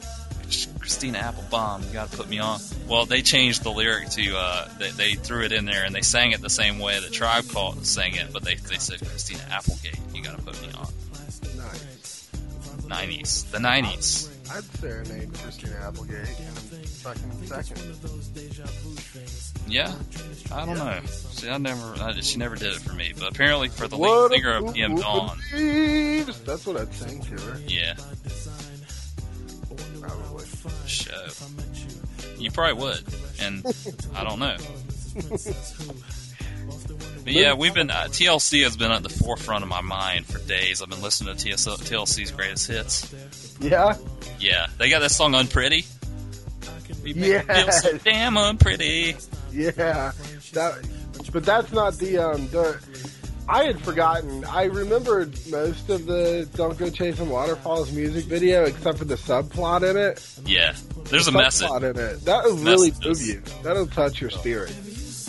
Speaker 1: Christina Applebaum, you gotta put me on. Well, they changed the lyric to uh, they, they threw it in there and they sang it the same way that Tribe called sang it, but they they said Christina Applegate, you gotta put me on.
Speaker 2: Nice.
Speaker 1: Nineties, the nineties.
Speaker 2: I'd serenade Christina Applegate in a fucking second.
Speaker 1: Yeah, I don't know. See, I never, I, she never did it for me. But apparently, for the lead
Speaker 2: What a
Speaker 1: singer of PM
Speaker 2: fool
Speaker 1: Dawn,
Speaker 2: believes. That's what I'd sing to her,
Speaker 1: yeah,
Speaker 2: probably.
Speaker 1: show. You probably would, and I don't know. But yeah, we've been uh, TLC has been at the forefront of my mind for days. I've been listening to TS, TLC's greatest hits.
Speaker 2: Yeah?
Speaker 1: Yeah, they got that song "Unpretty." We make
Speaker 2: Yes.
Speaker 1: it feel so damn unpretty.
Speaker 2: Yeah. That, but that's not the, um, the. I had forgotten. I remembered most of the Don't Go Chasing Waterfalls music video except for the subplot in it.
Speaker 1: Yeah, there's a message.
Speaker 2: Subplot in it. That'll really move
Speaker 1: Messages.
Speaker 2: you. That'll touch your spirit.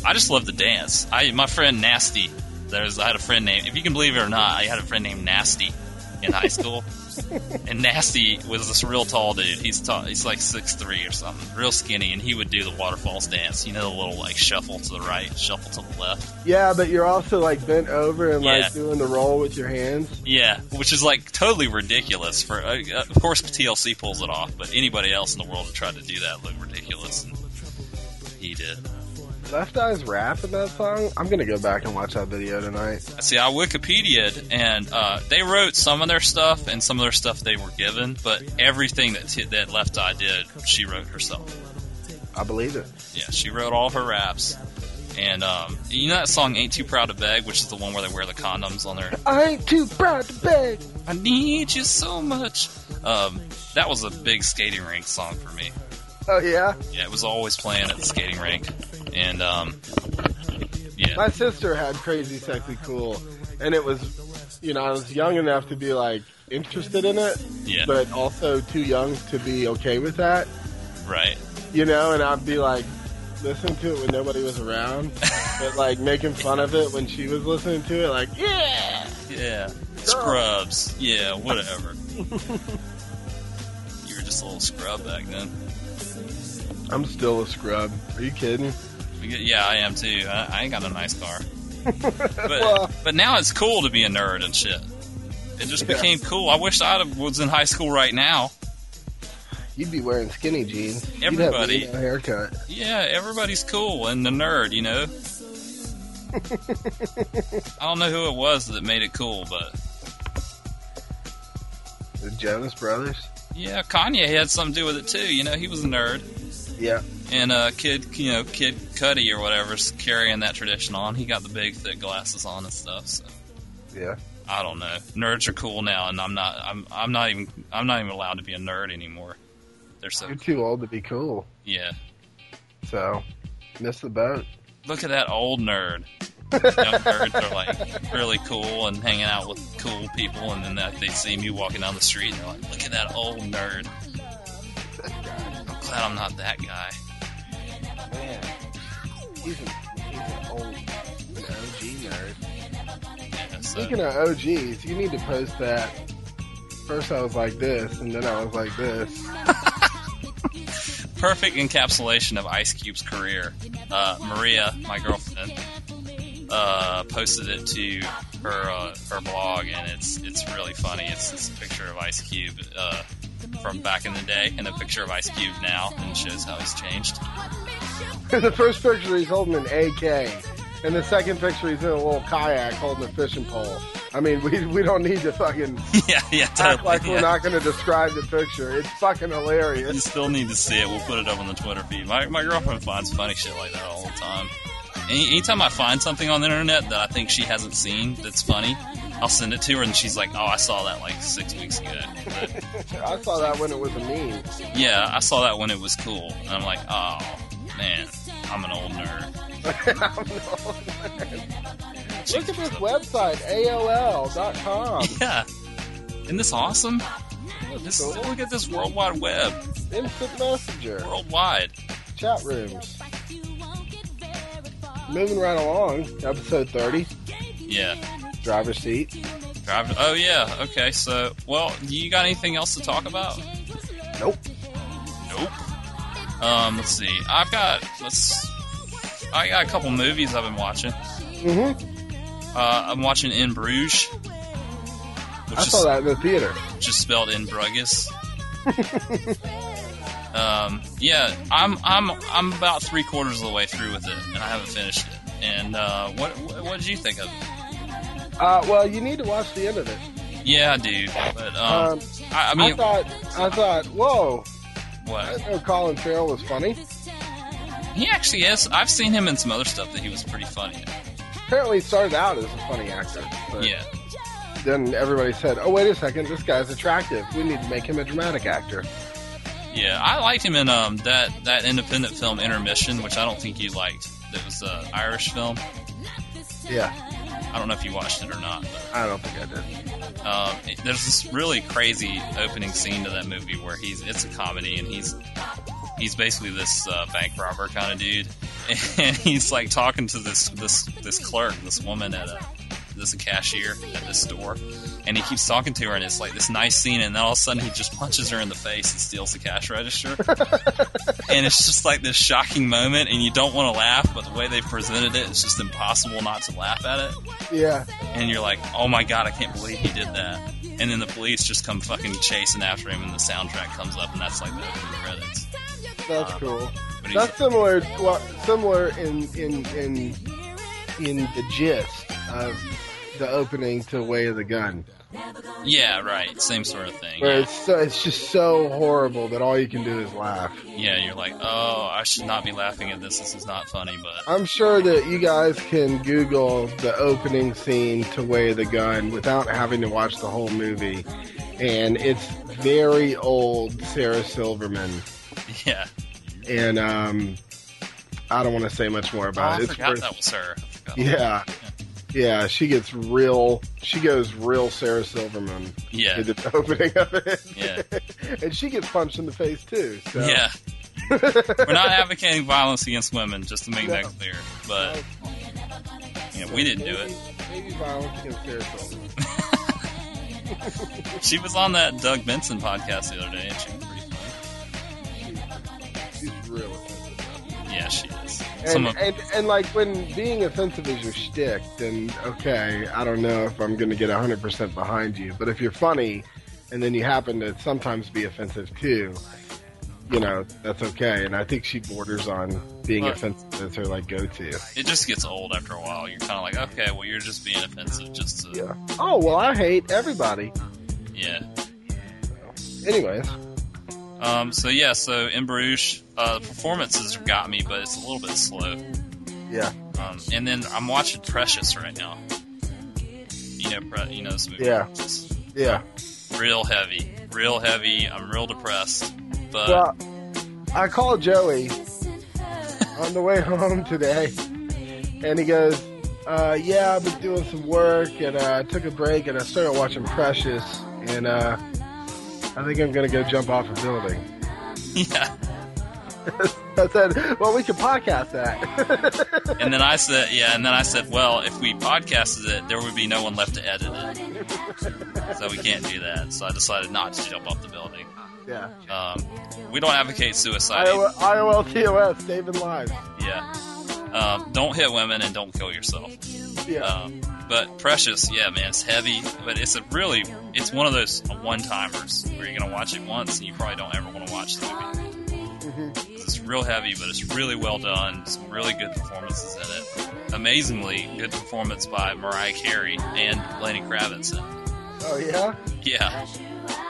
Speaker 1: I just love to dance. I my friend Nasty. There's I had a friend named if you can believe it or not, I had a friend named Nasty in high school. and Nasty was this real tall dude. He's tall. He's like six three or something, real skinny, and he would do the waterfalls dance. You know, the little like shuffle to the right, shuffle to the left.
Speaker 2: Yeah, but you're also like bent over and
Speaker 1: Yeah.
Speaker 2: like doing the roll with your hands.
Speaker 1: Yeah, which is like totally ridiculous. For uh, uh, of course TLC pulls it off, but anybody else in the world who tried to do that looked ridiculous. And he did.
Speaker 2: Left Eye's rap in that song. I'm gonna go back and watch that video tonight.
Speaker 1: See, I Wikipedia'd, and uh, they wrote some of their stuff, and some of their stuff they were given, but everything that t- that Left Eye did, she wrote herself.
Speaker 2: I believe it.
Speaker 1: Yeah, she wrote all her raps, and um, you know that song "Ain't Too Proud to Beg," which is the one where they wear the condoms on their.
Speaker 2: I ain't too proud to beg.
Speaker 1: I need you so much. Um, that was a big skating rink song for me.
Speaker 2: Oh yeah,
Speaker 1: Yeah, it was always playing at the skating rink, and um, yeah,
Speaker 2: my sister had crazy, sexy, cool, and it was, you know, I was young enough to be like interested in it,
Speaker 1: yeah,
Speaker 2: but also too young to be okay with that,
Speaker 1: right.
Speaker 2: you know. And I'd be like, listening to it when nobody was around, but like making fun of it when she was listening to it, like, yeah.
Speaker 1: Yeah. Scrubs. Yeah, whatever. you were just a little scrub back then.
Speaker 2: I'm still a scrub. Are you kidding?
Speaker 1: Yeah, I am too. I, I ain't got a nice car. But,
Speaker 2: Well-
Speaker 1: but now it's cool to be a nerd and shit. It just
Speaker 2: Yeah.
Speaker 1: became cool. I wish I was in high school right now.
Speaker 2: You'd be wearing skinny jeans. You'd have a
Speaker 1: Everybody.
Speaker 2: weirdo haircut.
Speaker 1: Yeah, everybody's cool and the nerd, you know? I don't know who it was that made it cool, but
Speaker 2: The Jonas Brothers.
Speaker 1: yeah, Kanye had something to do with it too. You know, he was a nerd.
Speaker 2: Yeah.
Speaker 1: and uh, kid, you know, kid Cuddy or whatever's carrying that tradition on. He got the big thick glasses on and stuff. So
Speaker 2: Yeah.
Speaker 1: I don't know. Nerds are cool now, and I'm not. I'm. I'm not even. I'm not even allowed to be a nerd anymore. They're so.
Speaker 2: You're too old to be cool.
Speaker 1: Yeah.
Speaker 2: So, miss the boat.
Speaker 1: Look at that old nerd. Young nerds are like really cool and hanging out with cool people, and then that, they see me walking down the street and they're like, "Look at that old nerd." I'm glad I'm not that guy.
Speaker 2: Man, he's, an, he's an old, an OG nerd.
Speaker 1: Yeah, so,
Speaker 2: Speaking of OGs, you need to post that. First I was like this, and then I was like this.
Speaker 1: perfect encapsulation of Ice Cube's career. Uh, Maria, my girlfriend, uh, posted it to her uh, her blog, and it's it's really funny. It's, it's a picture of Ice Cube uh, from back in the day, and a picture of Ice Cube now, and shows how he's changed.
Speaker 2: the first picture he's holding an AK, and the second picture he's in a little kayak holding a fishing pole. I mean, we we don't need to fucking
Speaker 1: yeah, yeah,
Speaker 2: act
Speaker 1: totally.
Speaker 2: like
Speaker 1: yeah.
Speaker 2: we're not going to describe the picture. It's fucking
Speaker 1: You
Speaker 2: hilarious.
Speaker 1: still need to see it. We'll put it up on the Twitter feed. My, my girlfriend finds funny shit like that all the time. Any, anytime I find something on the internet that I think she hasn't seen that's funny, I'll send it to her, and she's like, "Oh, I saw that like six weeks ago." But,
Speaker 2: I saw that when it was a meme.
Speaker 1: yeah, I saw that when it was cool, and I'm like, "Oh man, I'm an old nerd." She
Speaker 2: Look at
Speaker 1: keeps
Speaker 2: this
Speaker 1: up-
Speaker 2: website, AOL.com.
Speaker 1: Yeah, isn't this awesome? This look at this World Wide Web,
Speaker 2: Instant messenger,
Speaker 1: worldwide.
Speaker 2: chat rooms. Moving right along, episode 30,
Speaker 1: Yeah.
Speaker 2: driver's seat.
Speaker 1: Drive- Oh yeah. Okay. So, well, you got anything else to talk about?
Speaker 2: Nope.
Speaker 1: Nope. Um, let's see. I've got let's. I got a couple movies I've been watching.
Speaker 2: Mm-hmm.
Speaker 1: Uh, I'm watching In Bruges, which
Speaker 2: I
Speaker 1: is
Speaker 2: saw that in the theater.
Speaker 1: just spelled In Bruges. um, yeah, I'm I'm I'm about three quarters of the way through with it, and I haven't finished it. And uh, what what what did you think of it?
Speaker 2: Uh, well, you need to watch the end of it.
Speaker 1: Yeah, I do. But um,
Speaker 2: Um,
Speaker 1: I, I
Speaker 2: I,
Speaker 1: mean,
Speaker 2: thought, I thought, whoa, I
Speaker 1: what?
Speaker 2: didn't know Colin Farrell was funny.
Speaker 1: He actually is. I've seen him in some other stuff that he was pretty funny. in.
Speaker 2: Apparently, he started out as a funny actor. But
Speaker 1: Yeah.
Speaker 2: Then everybody said, oh, wait a second, this guy's attractive. We need to make him a dramatic actor.
Speaker 1: Yeah, I liked him in um that that independent film Intermission, which I don't think you liked. That was an Irish film.
Speaker 2: Yeah,
Speaker 1: I don't know if you watched it or not. But,
Speaker 2: I don't think I did.
Speaker 1: um, it- there's this really crazy opening scene to that movie where he's it's a comedy and he's he's basically this uh, bank robber kind of dude, and he's like talking to this this this clerk, this woman at a this cashier at this store, and he keeps talking to her, and it's like this nice scene, and then all of a sudden he just punches her in the face and steals the cash register, and it's just like this shocking moment, and you don't want to laugh, but the way they've presented it, it's just impossible not to laugh at it
Speaker 2: Yeah.
Speaker 1: and you're like, oh my god, I can't believe he did that. And then the police just come fucking chasing after him, and the soundtrack comes up, and that's like the opening credits.
Speaker 2: That's
Speaker 1: Um,
Speaker 2: cool.
Speaker 1: But he's,
Speaker 2: That's similar. Well, similar in in in in the gist of the opening to Way of the Gun,
Speaker 1: yeah, right, same sort of thing.
Speaker 2: where
Speaker 1: Yeah.
Speaker 2: it's so, it's just so horrible that all you can do is laugh.
Speaker 1: yeah, you're like, oh, I should not be laughing at this. This is not funny, but
Speaker 2: I'm sure that you guys can Google the opening scene to Way of the Gun without having to watch the whole movie, and it's very old Sarah Silverman,
Speaker 1: yeah.
Speaker 2: and um, I don't want to say much more
Speaker 1: Oh,
Speaker 2: about
Speaker 1: I
Speaker 2: it. It's
Speaker 1: forgot
Speaker 2: worth-
Speaker 1: that was her. I forgot.
Speaker 2: Yeah. Yeah, she gets real. She goes real Sarah Silverman
Speaker 1: Yeah.
Speaker 2: with the opening of it.
Speaker 1: Yeah.
Speaker 2: and she gets punched in the face too. So.
Speaker 1: Yeah. We're not advocating violence against women, just to make that
Speaker 2: No.
Speaker 1: clear. But yeah, we didn't do it.
Speaker 2: Maybe violence against Sarah Silverman.
Speaker 1: She was on that Doug Benson podcast the other day, and she was pretty funny.
Speaker 2: She's, she's real. offensive.
Speaker 1: Yeah, she is. Some
Speaker 2: And,
Speaker 1: of-
Speaker 2: and and like when being offensive is your shtick, then okay, I don't know if I'm going to get 100 percent behind you. But if you're funny, and then you happen to sometimes be offensive too, you know that's okay. And I think she borders on being
Speaker 1: Right.
Speaker 2: offensive as her like go-to.
Speaker 1: it just gets old after a while. You're kind of like, okay, well, you're just being offensive, just to yeah.
Speaker 2: Yeah. Oh well, I hate everybody. Anyways,
Speaker 1: Um, so yeah, so in Bruges, uh, the performances got me, but it's a little bit slow.
Speaker 2: yeah,
Speaker 1: Um, and then I'm watching Precious right now. You know, Pre- you know this movie.
Speaker 2: Yeah.
Speaker 1: Just
Speaker 2: yeah.
Speaker 1: real heavy, real heavy. I'm real depressed, but
Speaker 2: Well, I called Joey on the way home today, and he goes, uh, "Yeah, I've been doing some work, and uh, I took a break, and I started watching Precious, and uh, I think I'm gonna go jump off a building."
Speaker 1: yeah.
Speaker 2: I said, "Well, we could podcast that."
Speaker 1: And then I said, yeah, and then I said, well, if we podcasted it, there would be no one left to edit it, so we can't do that. So I decided not to jump off the building.
Speaker 2: yeah.
Speaker 1: Um, we don't advocate suicide.
Speaker 2: IOL, IOLTOS, saving lives.
Speaker 1: Yeah. Um, don't hit women and don't kill yourself.
Speaker 2: Yeah.
Speaker 1: Um, but Precious, yeah, man, it's heavy, but it's a really, it's one of those one timers where you're gonna watch it once and you probably don't ever want to watch the movie. It's real heavy, but it's really well done. Some really good performances in it. Amazingly good performance by Mariah Carey and Lenny Kravitz. And,
Speaker 2: Oh yeah.
Speaker 1: yeah,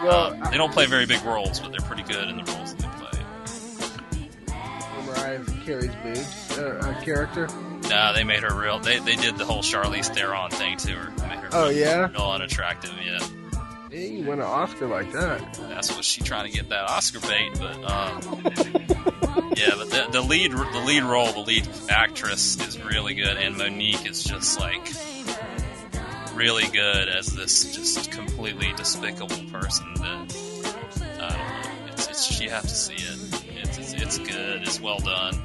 Speaker 2: Well,
Speaker 1: um, they don't play very big roles, but they're pretty good in the roles that they play.
Speaker 2: Mariah Carey's boobs uh, uh, character.
Speaker 1: Nah, they made her real. They they did the whole Charlize Theron thing to her. They Made her
Speaker 2: Oh yeah.
Speaker 1: real unattractive. Yeah,
Speaker 2: Hey, you win an Oscar like that.
Speaker 1: that's what she trying to get that Oscar bait. But um, yeah, but the, the lead the lead role, the lead actress is really good, and Monique is just like really good as this just completely despicable person that I don't know. It's, it's you have to see it. It's it's, it's good. It's well done.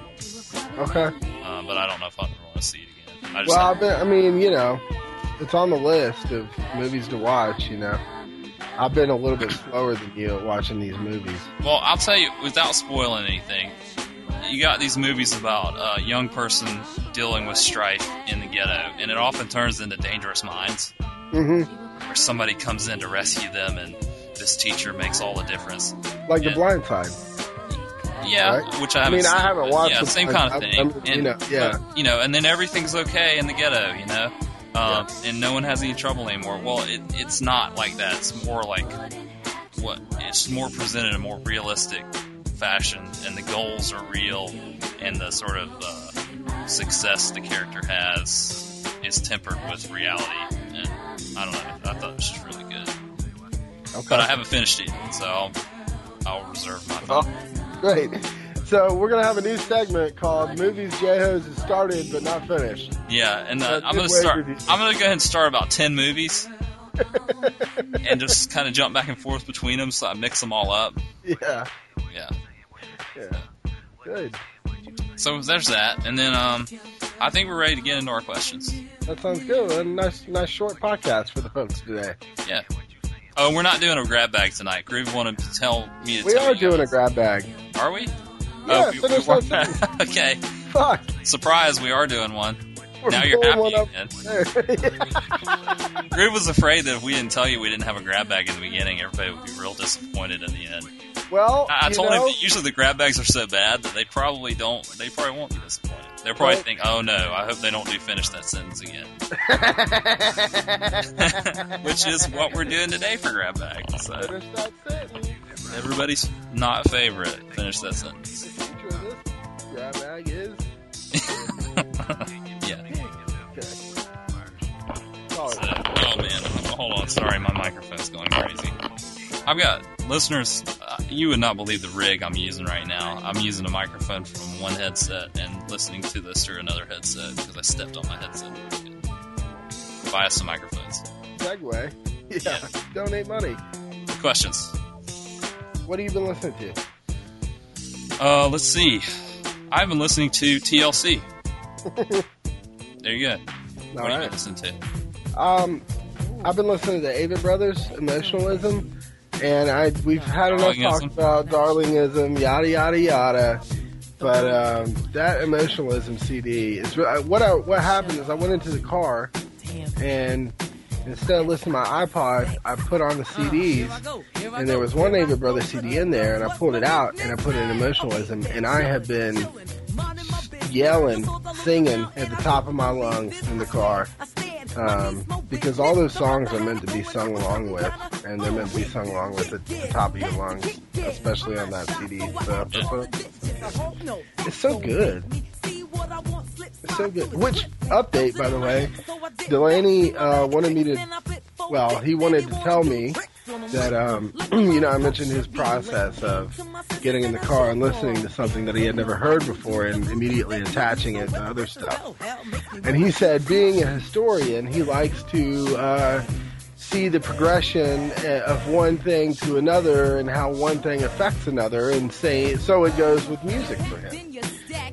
Speaker 2: Okay.
Speaker 1: Uh, but I don't know if I ever want to see it again. I just
Speaker 2: Well, I, bet, I mean, you know, it's on the list of movies to watch. You know, I've been a little bit slower than you at watching these movies.
Speaker 1: Well, I'll tell you without spoiling anything. You got these movies about a young person dealing with strife in the ghetto, and it often turns into Dangerous Minds,
Speaker 2: Mm-hmm.
Speaker 1: where somebody comes in to rescue them, and this teacher makes all the difference.
Speaker 2: Like
Speaker 1: Yeah.
Speaker 2: The Blind Side.
Speaker 1: Yeah,
Speaker 2: Right.
Speaker 1: which I
Speaker 2: I
Speaker 1: haven't.
Speaker 2: mean,
Speaker 1: seen,
Speaker 2: I haven't
Speaker 1: but
Speaker 2: watched.
Speaker 1: Yeah,
Speaker 2: The
Speaker 1: same
Speaker 2: Blind
Speaker 1: kind of
Speaker 2: Side.
Speaker 1: thing.
Speaker 2: I'm- I'm- you
Speaker 1: and,
Speaker 2: know, yeah.
Speaker 1: but, you know, and then everything's okay in the ghetto, you know, um, and no one has any trouble anymore. Well, it, it's not like that. It's more like what it's more presented in a more realistic fashion, and the goals are real, and the sort of uh, success the character has is tempered with reality. And I don't know. I thought it was just really good,
Speaker 2: Okay.
Speaker 1: but I haven't finished it, so I'll, I'll reserve my.
Speaker 2: Well,
Speaker 1: Oh.
Speaker 2: great. So we're gonna have a new segment called "Movies J-Ho's has started but not finished."
Speaker 1: Yeah, and
Speaker 2: Uh,
Speaker 1: uh, I'm
Speaker 2: good
Speaker 1: gonna
Speaker 2: way
Speaker 1: start.
Speaker 2: to do-
Speaker 1: I'm gonna go ahead and start about ten movies, and just kind of jump back and forth between them, so I mix them all up.
Speaker 2: Yeah.
Speaker 1: Yeah.
Speaker 2: Yeah. Good.
Speaker 1: So there's that, and then um, I think we're ready to get into our questions.
Speaker 2: That sounds good. A nice, nice short podcast for the folks today.
Speaker 1: Yeah. Oh, we're not doing a grab bag tonight. Groove wanted to tell me to
Speaker 2: We
Speaker 1: tell
Speaker 2: are
Speaker 1: you
Speaker 2: doing a
Speaker 1: guys.
Speaker 2: grab bag.
Speaker 1: Are we? Oh,
Speaker 2: Yeah,
Speaker 1: we-
Speaker 2: finish
Speaker 1: we-
Speaker 2: that
Speaker 1: okay.
Speaker 2: Fuck.
Speaker 1: Surprise, we are doing one.
Speaker 2: We're
Speaker 1: now you're happy.
Speaker 2: pulling one up
Speaker 1: again.
Speaker 2: there.
Speaker 1: Groove was afraid that if we didn't tell you we didn't have a grab bag in the beginning, everybody would be real disappointed in the end.
Speaker 2: well,
Speaker 1: I I
Speaker 2: you
Speaker 1: told him
Speaker 2: know,
Speaker 1: that usually the grab bags are so bad that they probably don't. They probably won't be disappointed. They'll probably
Speaker 2: Right.
Speaker 1: think, "Oh no, I hope they don't do finish that sentence again," which is what we're doing today for grab bags. So
Speaker 2: finish that sentence.
Speaker 1: everybody's not favorite finish that sentence.
Speaker 2: The future of this grab bag is
Speaker 1: Yeah.
Speaker 2: okay.
Speaker 1: So,
Speaker 2: Sorry.
Speaker 1: oh man, hold on. Sorry, my microphone's going crazy. I've got listeners. Uh, you would not believe the rig I'm using right now. I'm using a microphone from one headset and listening to this through another headset because I stepped on my headset. Buy us some microphones.
Speaker 2: Segway. Yeah. Donate money.
Speaker 1: Questions.
Speaker 2: What have you been listening to?
Speaker 1: Uh, let's see. I've been listening to TLC. there you go.
Speaker 2: All
Speaker 1: what have you
Speaker 2: right.
Speaker 1: been listening to?
Speaker 2: Um, I've been listening to the Avid Brothers, Emotionalism, and I we've had enough talk
Speaker 1: Darlingism.
Speaker 2: about darlingism, yada yada yada. But um, that emotionalism CD is I- what I, what happened is I went into the car and instead of listening to my iPod, I put on the CDs. And there was one Avid Brothers CD in there, and I pulled it out and I put in emotionalism, and I have been yelling, singing at the top of my lungs in the car um, because all those songs are meant to be sung along with, and they're meant to be sung along with at the top of your lungs, especially on that uh, CD. So that's what- it's so good. It's so good. Which update, by the way, Delaney uh, wanted me to. Well, he wanted to tell me that um, you know I mentioned his process of getting in the car and listening to something that he had never heard before and immediately attaching it to other stuff. And he said, being a historian, he likes to uh, see the progression uh, of one thing to another and how one thing affects another, and say so it goes with music for him.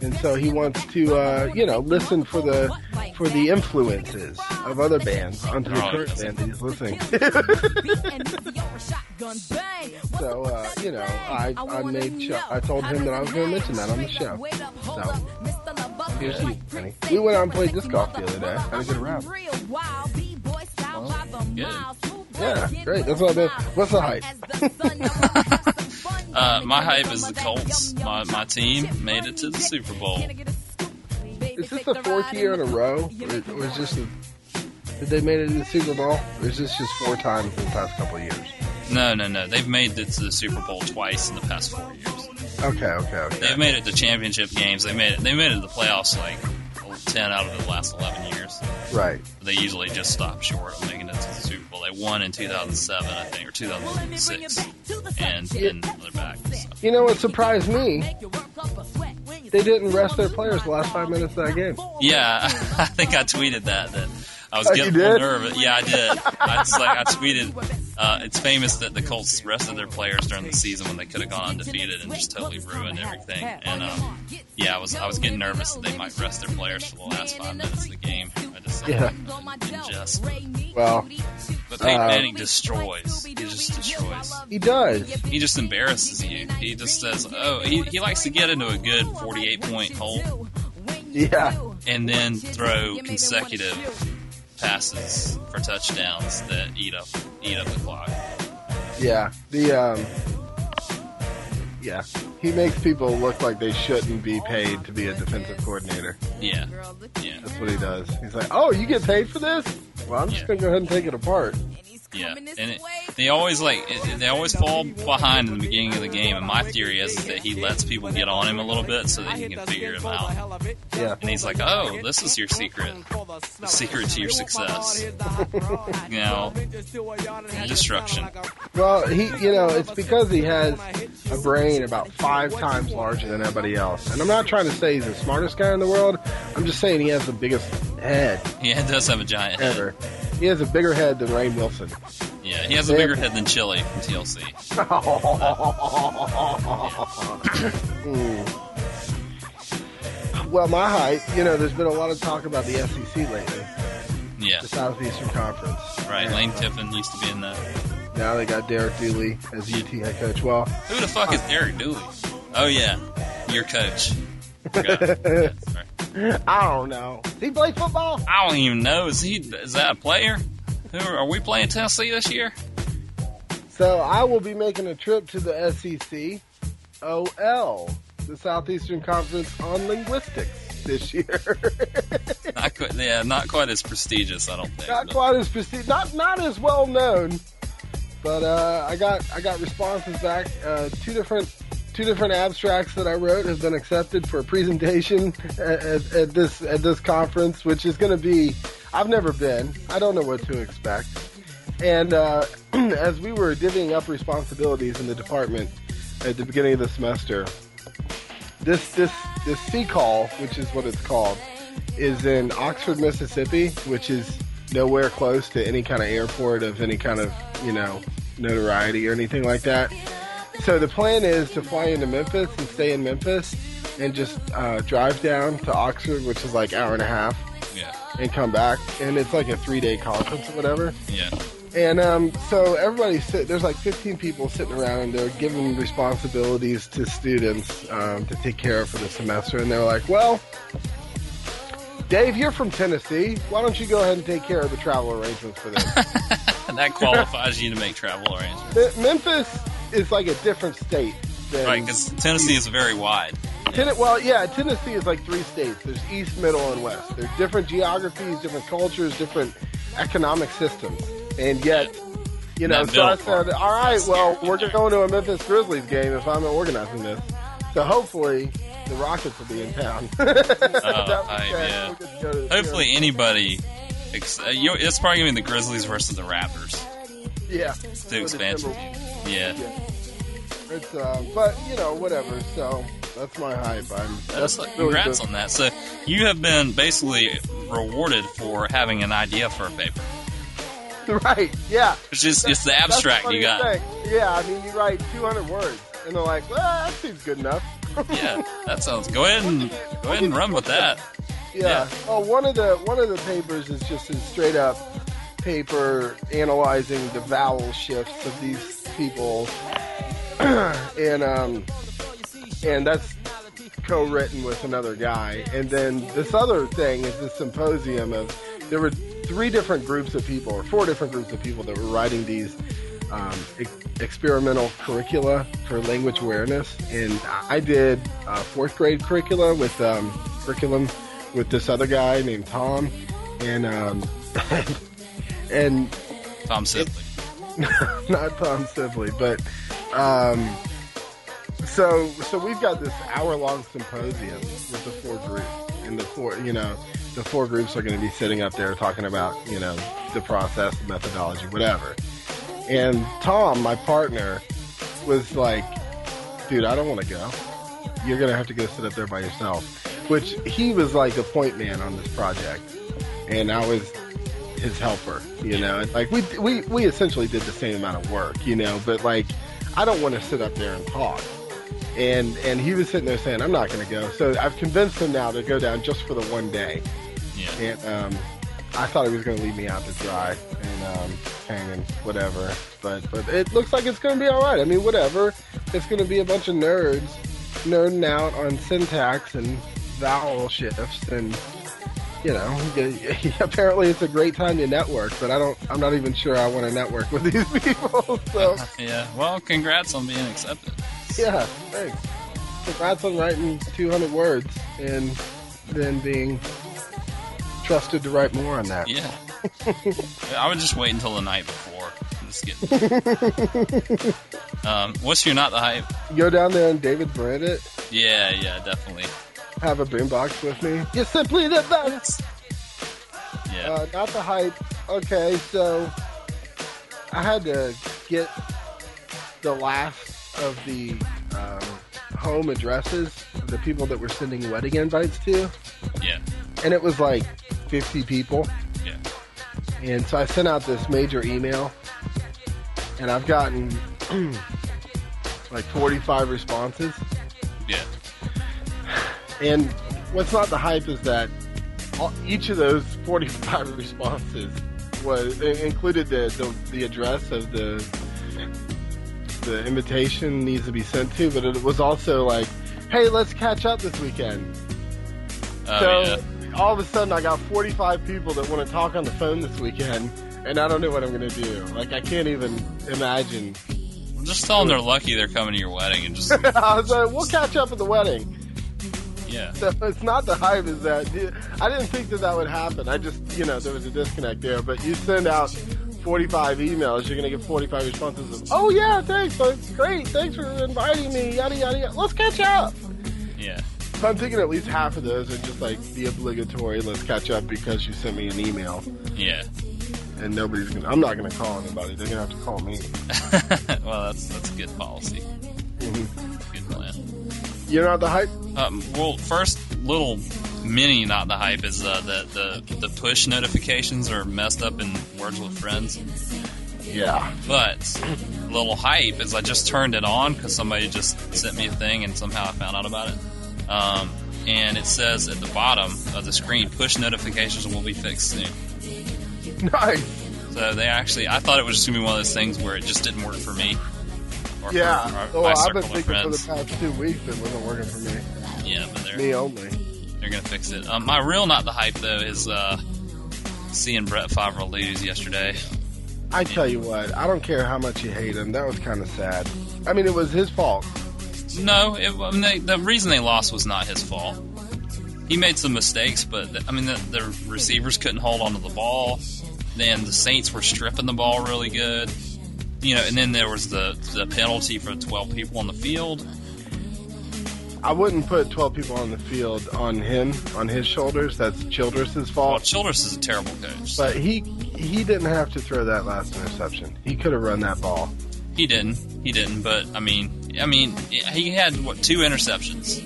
Speaker 2: And so he wants to, uh, you know, listen for the for the influences of other bands onto the
Speaker 1: Oh,
Speaker 2: current
Speaker 1: yes.
Speaker 2: band that he's listening to.
Speaker 3: so uh, you know, I I made sure I told him that I was going to mention that on the show. So
Speaker 2: Here's
Speaker 3: here's
Speaker 2: you,
Speaker 3: you,
Speaker 2: Penny.
Speaker 3: We went out and played disc golf the other day. Had a good round.
Speaker 1: good. Oh,
Speaker 3: Yeah, great. That's what I did. What's the height?
Speaker 1: Uh, my hype is the Colts. My, my team made it to the Super Bowl.
Speaker 2: Is this the fourth year in a row? Or, or is this the, did they made it to the Super Bowl? Or is this just four times in the past couple of years?
Speaker 1: No, no, no. They've made it to the Super Bowl twice in the past four years.
Speaker 2: Okay, okay, okay.
Speaker 1: They've made it to championship games. They made it. They made it to the playoffs like ten out of the last eleven years.
Speaker 2: Right.
Speaker 1: They usually just stop short of making it to the Super Bowl. They won in 2007, I think, or 2006, and and they're back. So.
Speaker 2: You know what surprised me? They didn't rest their players the last five minutes of that game.
Speaker 1: Yeah, I think I tweeted that that. I was
Speaker 2: Oh, you
Speaker 1: getting a little
Speaker 2: did?
Speaker 1: nervous. Yeah, I did. I just like I tweeted. Uh, it's famous that the Colts rested their players during the season when they could have gone undefeated and just totally ruined everything. And um, yeah, I was I was getting nervous that they might rest their players for the last five minutes of the game. I just
Speaker 2: Yeah.
Speaker 1: just.
Speaker 2: Well,
Speaker 1: But Peyton
Speaker 2: Uh,
Speaker 1: Manning destroys. He just destroys.
Speaker 2: he does.
Speaker 1: He just embarrasses you. He just says, "Oh, he, he likes to get into a good 48 point hole
Speaker 2: Yeah.
Speaker 1: and then throw consecutive passes for touchdowns that eat up eat up the clock."
Speaker 2: Yeah, the um, yeah, he makes people look like they shouldn't be paid to be a defensive coordinator.
Speaker 1: Yeah, yeah,
Speaker 2: That's what he does. He's like, oh, you get paid for this? Well, I'm just
Speaker 1: Yeah.
Speaker 2: gonna go ahead and take it apart.
Speaker 1: yeah. And it, they always like it, they always fall behind in the beginning of the game. And my theory is that he lets people get on him a little bit so that he can figure him out.
Speaker 2: Yeah.
Speaker 1: And he's like, "Oh, this is your secret, the secret to your success." you know, destruction.
Speaker 2: Well, he, you know, it's because he has a brain about five times larger than everybody else. And I'm not trying to say he's the smartest guy in the world. I'm just saying he has the biggest head
Speaker 1: Yeah, it does have a giant head.
Speaker 2: ever. He has a bigger head than Rain Wilson.
Speaker 1: Yeah, he has a bigger head than Chili from TLC.
Speaker 2: Well, my hype, you know, there's been a lot of talk about the SEC lately,
Speaker 1: Yeah,
Speaker 2: the Southeastern Conference.
Speaker 1: right.
Speaker 2: And
Speaker 1: Lane Kiffin used to be in that.
Speaker 2: Now they got Derek Dooley as UT head coach. Well,
Speaker 1: Who the fuck is Derek Dooley? Oh yeah, your coach. Forgot. Yeah, sorry.
Speaker 2: I don't know. Does he play football?
Speaker 1: I don't even know. Is he? Is that a player? Who are we playing Tennessee this year?
Speaker 2: So I will be making a trip to the E SEC OL, the Southeastern Conference on Linguistics this year.
Speaker 1: Not quite. Yeah, not quite as prestigious. I don't think.
Speaker 2: not
Speaker 1: but-
Speaker 2: quite as prestige, not not as well known, but uh, I got I got responses back. Uh, two different two different abstracts that I wrote have been accepted for a presentation at, at, at this at this conference, which is going to be. I've never been. I don't know what to expect. And uh, as we were divvying up responsibilities in the department at the beginning of the semester, this this this C call, which is what it's called, is in Oxford, Mississippi, which is nowhere close to any kind of airport of any kind of you know notoriety or anything like that. So the plan is to fly into Memphis and stay in Memphis, and just uh, drive down to Oxford, which is like hour and a half,
Speaker 1: Yeah,
Speaker 2: and come back. And it's like a three day conference or whatever.
Speaker 1: yeah,
Speaker 2: And um, so everybody's sit, there's like 15 people sitting around and they're giving responsibilities to students um, to take care of for the semester. And they're like, well, Dave, you're from Tennessee. Why don't you go ahead and take care of the travel arrangements for them?
Speaker 1: and that qualifies you to make travel arrangements,
Speaker 2: Me- Memphis is like a different state. Than
Speaker 1: right? Because Tennessee is very wide.
Speaker 2: Ten- well, yeah, Tennessee is like three states. There's east, middle, and west. There's different geographies, different cultures, different economic systems, and yet, you know.
Speaker 1: That
Speaker 2: So I
Speaker 1: middle part.
Speaker 2: said, all right, well, we're going to a Memphis Grizzlies game if I'm organizing this. So hopefully, the Rockets will be in town. That was
Speaker 1: Uh, I-
Speaker 2: good.
Speaker 1: yeah.
Speaker 2: We'll get to go to the-
Speaker 1: Hopefully, anybody. Ex- uh, you, it's probably gonna be the Grizzlies versus the Raptors.
Speaker 2: yeah,
Speaker 1: The expansion team.
Speaker 2: Timberwolves.
Speaker 1: Yeah,
Speaker 2: It's, uh, but you know, whatever. So that's my hype. I'm
Speaker 1: that's
Speaker 2: really
Speaker 1: congrats
Speaker 2: good.
Speaker 1: on that. So you have been basically rewarded for having an idea for a paper.
Speaker 2: right. Yeah.
Speaker 1: It's just it's the
Speaker 2: That's the
Speaker 1: abstract you
Speaker 2: funniest
Speaker 1: got.
Speaker 2: thing. Yeah, I mean, you write 200 words, and they're like, well, that seems good enough.
Speaker 1: Yeah, that sounds. Go ahead and go ahead and run with that.
Speaker 2: Yeah.
Speaker 1: Yeah.
Speaker 2: Well, one of the one of the papers is just a straight up paper analyzing the vowel shifts of these people, and um, and that's co-written with another guy. And then this other thing is this symposium of there were three different groups of people, or four different groups of people that were writing these um, e- experimental curricula for language awareness, and I did uh, fourth grade curricula with um, curriculum with this other guy named Tom, and um, and
Speaker 1: Tom Sibley.
Speaker 2: not Tom Sibley, but um, so so we've got this hour long symposium with the four groups, and the four you know the four groups are going to be sitting up there talking about you know the process, the methodology, whatever. And Tom, my partner, was like, "Dude, I don't want to go. You're going to have to go sit up there by yourself." Which he was like the point man on this project, and I was his helper. You know, like we we we essentially did the same amount of work. You know, but like I don't want to sit up there and talk. And and he was sitting there saying, "I'm not going to go." So I've convinced him now to go down just for the one day.
Speaker 1: Yeah.
Speaker 2: And um, I thought he was going to leave me out to dry and um, hanging, whatever. But but it looks like it's going to be all right. I mean, whatever. It's going to be a bunch of nerds nerding out on syntax and vowel shifts and you know, apparently it's a great time to network, but I don't, I'm not even sure I want to network with these people. So,
Speaker 1: yeah. Well, congrats on being accepted.
Speaker 2: yeah, thanks. Congrats on writing 200 words and then being trusted to write more on that.
Speaker 1: Yeah. I would just wait until the night before. I'm just kidding. um, what's your not the hype?
Speaker 2: Go down there and David Brand it.
Speaker 1: Yeah, yeah, definitely.
Speaker 2: Have a boombox with me. You're simply the best.
Speaker 1: Yeah.
Speaker 2: Uh, not the hype. Okay, so I had to get the last of the um, home addresses of the people that we're sending wedding invites to,
Speaker 1: yeah.
Speaker 2: and it was like 50 people.
Speaker 1: Yeah.
Speaker 2: And so I sent out this major email, and I've gotten like 45 responses.
Speaker 1: Yeah.
Speaker 2: And what's not the hype is that all, each of those 45 responses was it included the, the the address of the the invitation needs to be sent to, but it was also like, hey, let's catch up this weekend.
Speaker 1: Oh,
Speaker 2: so all of a sudden, I got 45 people that want to talk on the phone this weekend, and I don't know what I'm going to do. Like I can't even imagine.
Speaker 1: yeah. Just tell them they're lucky they're coming to your wedding and just,
Speaker 2: I was like, we'll catch up at the wedding.
Speaker 1: yeah.
Speaker 2: So it's not the hype is that I didn't think that that would happen. I just, you know, there was a disconnect there. But you send out 45 emails, you're going to get 45 responses of, oh, yeah, thanks. That's great. Thanks for inviting me. Yada, yada, yada. Let's catch up.
Speaker 1: Yeah.
Speaker 2: So I'm thinking at least half of those are just like the obligatory, let's catch up because you sent me an email.
Speaker 1: Yeah.
Speaker 2: And nobody's going to, I'm not going to call anybody. They're going to have to call me.
Speaker 1: well, that's that's good policy.
Speaker 2: Mm-hmm.
Speaker 1: Good plan.
Speaker 2: You're not the hype?
Speaker 1: Um, well, first little mini not the hype is uh, that the the push notifications are messed up in Words with Friends.
Speaker 2: Yeah.
Speaker 1: But little hype is I just turned it on because somebody just sent me a thing and somehow I found out about it. Um, and it says at the bottom of the screen, push notifications will be fixed soon.
Speaker 2: Nice.
Speaker 1: So they actually, I thought it was just gonna be one of those things where it just didn't work for me. Or for
Speaker 2: Yeah.
Speaker 1: our-
Speaker 2: Well,
Speaker 1: my
Speaker 2: I've
Speaker 1: circle
Speaker 2: been
Speaker 1: of
Speaker 2: thinking for the
Speaker 1: friends.
Speaker 2: past two weeks it wasn't working for me.
Speaker 1: Yeah, but they're
Speaker 2: Me only.
Speaker 1: They're gonna fix it. Um, my real not the hype though is uh, seeing Brett Favre lose yesterday.
Speaker 2: I tell you what, I don't care how much you hate him. That was kind of sad. I mean, it was his fault.
Speaker 1: No, it, I mean, they, the reason they lost was not his fault. He made some mistakes, but I mean the, the receivers couldn't hold onto the ball. Then the Saints were stripping the ball really good, you know. And then there was the the penalty for twelve people on the field.
Speaker 2: I wouldn't put 12 people on the field on him, on his shoulders. That's Childress's
Speaker 1: Well,
Speaker 2: fault.
Speaker 1: Childress is a terrible coach.
Speaker 2: But he he didn't have to throw that last interception. He could have run that ball.
Speaker 1: He didn't. He didn't. But I mean, I mean, he had what two interceptions,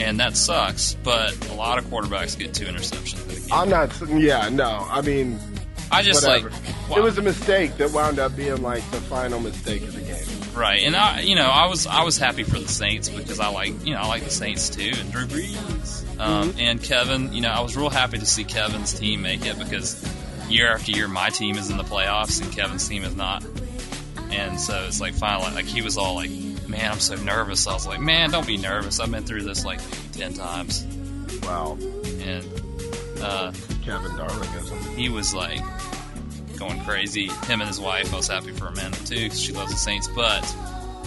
Speaker 1: and that sucks. But a lot of quarterbacks get two interceptions. In a game.
Speaker 2: I'm not. Yeah, no. I mean,
Speaker 1: I just
Speaker 2: whatever.
Speaker 1: like
Speaker 2: It was a mistake that wound up being like the final mistake of the game.
Speaker 1: right, and I, you know, I was I was happy for the Saints because I like you know I like the Saints too, and Drew Brees um, and Kevin. You know, I was real happy to see Kevin's team make it because year after year my team is in the playoffs and Kevin's team is not, and so it's like finally like he was all like, man, I'm so nervous. I was like, man, don't be nervous. I've been through this like ten times.
Speaker 2: Wow,
Speaker 1: and uh,
Speaker 2: Kevin Darling isn't.
Speaker 1: he was like, going crazy. Him and his wife, I was happy for Amanda too because she loves the Saints. But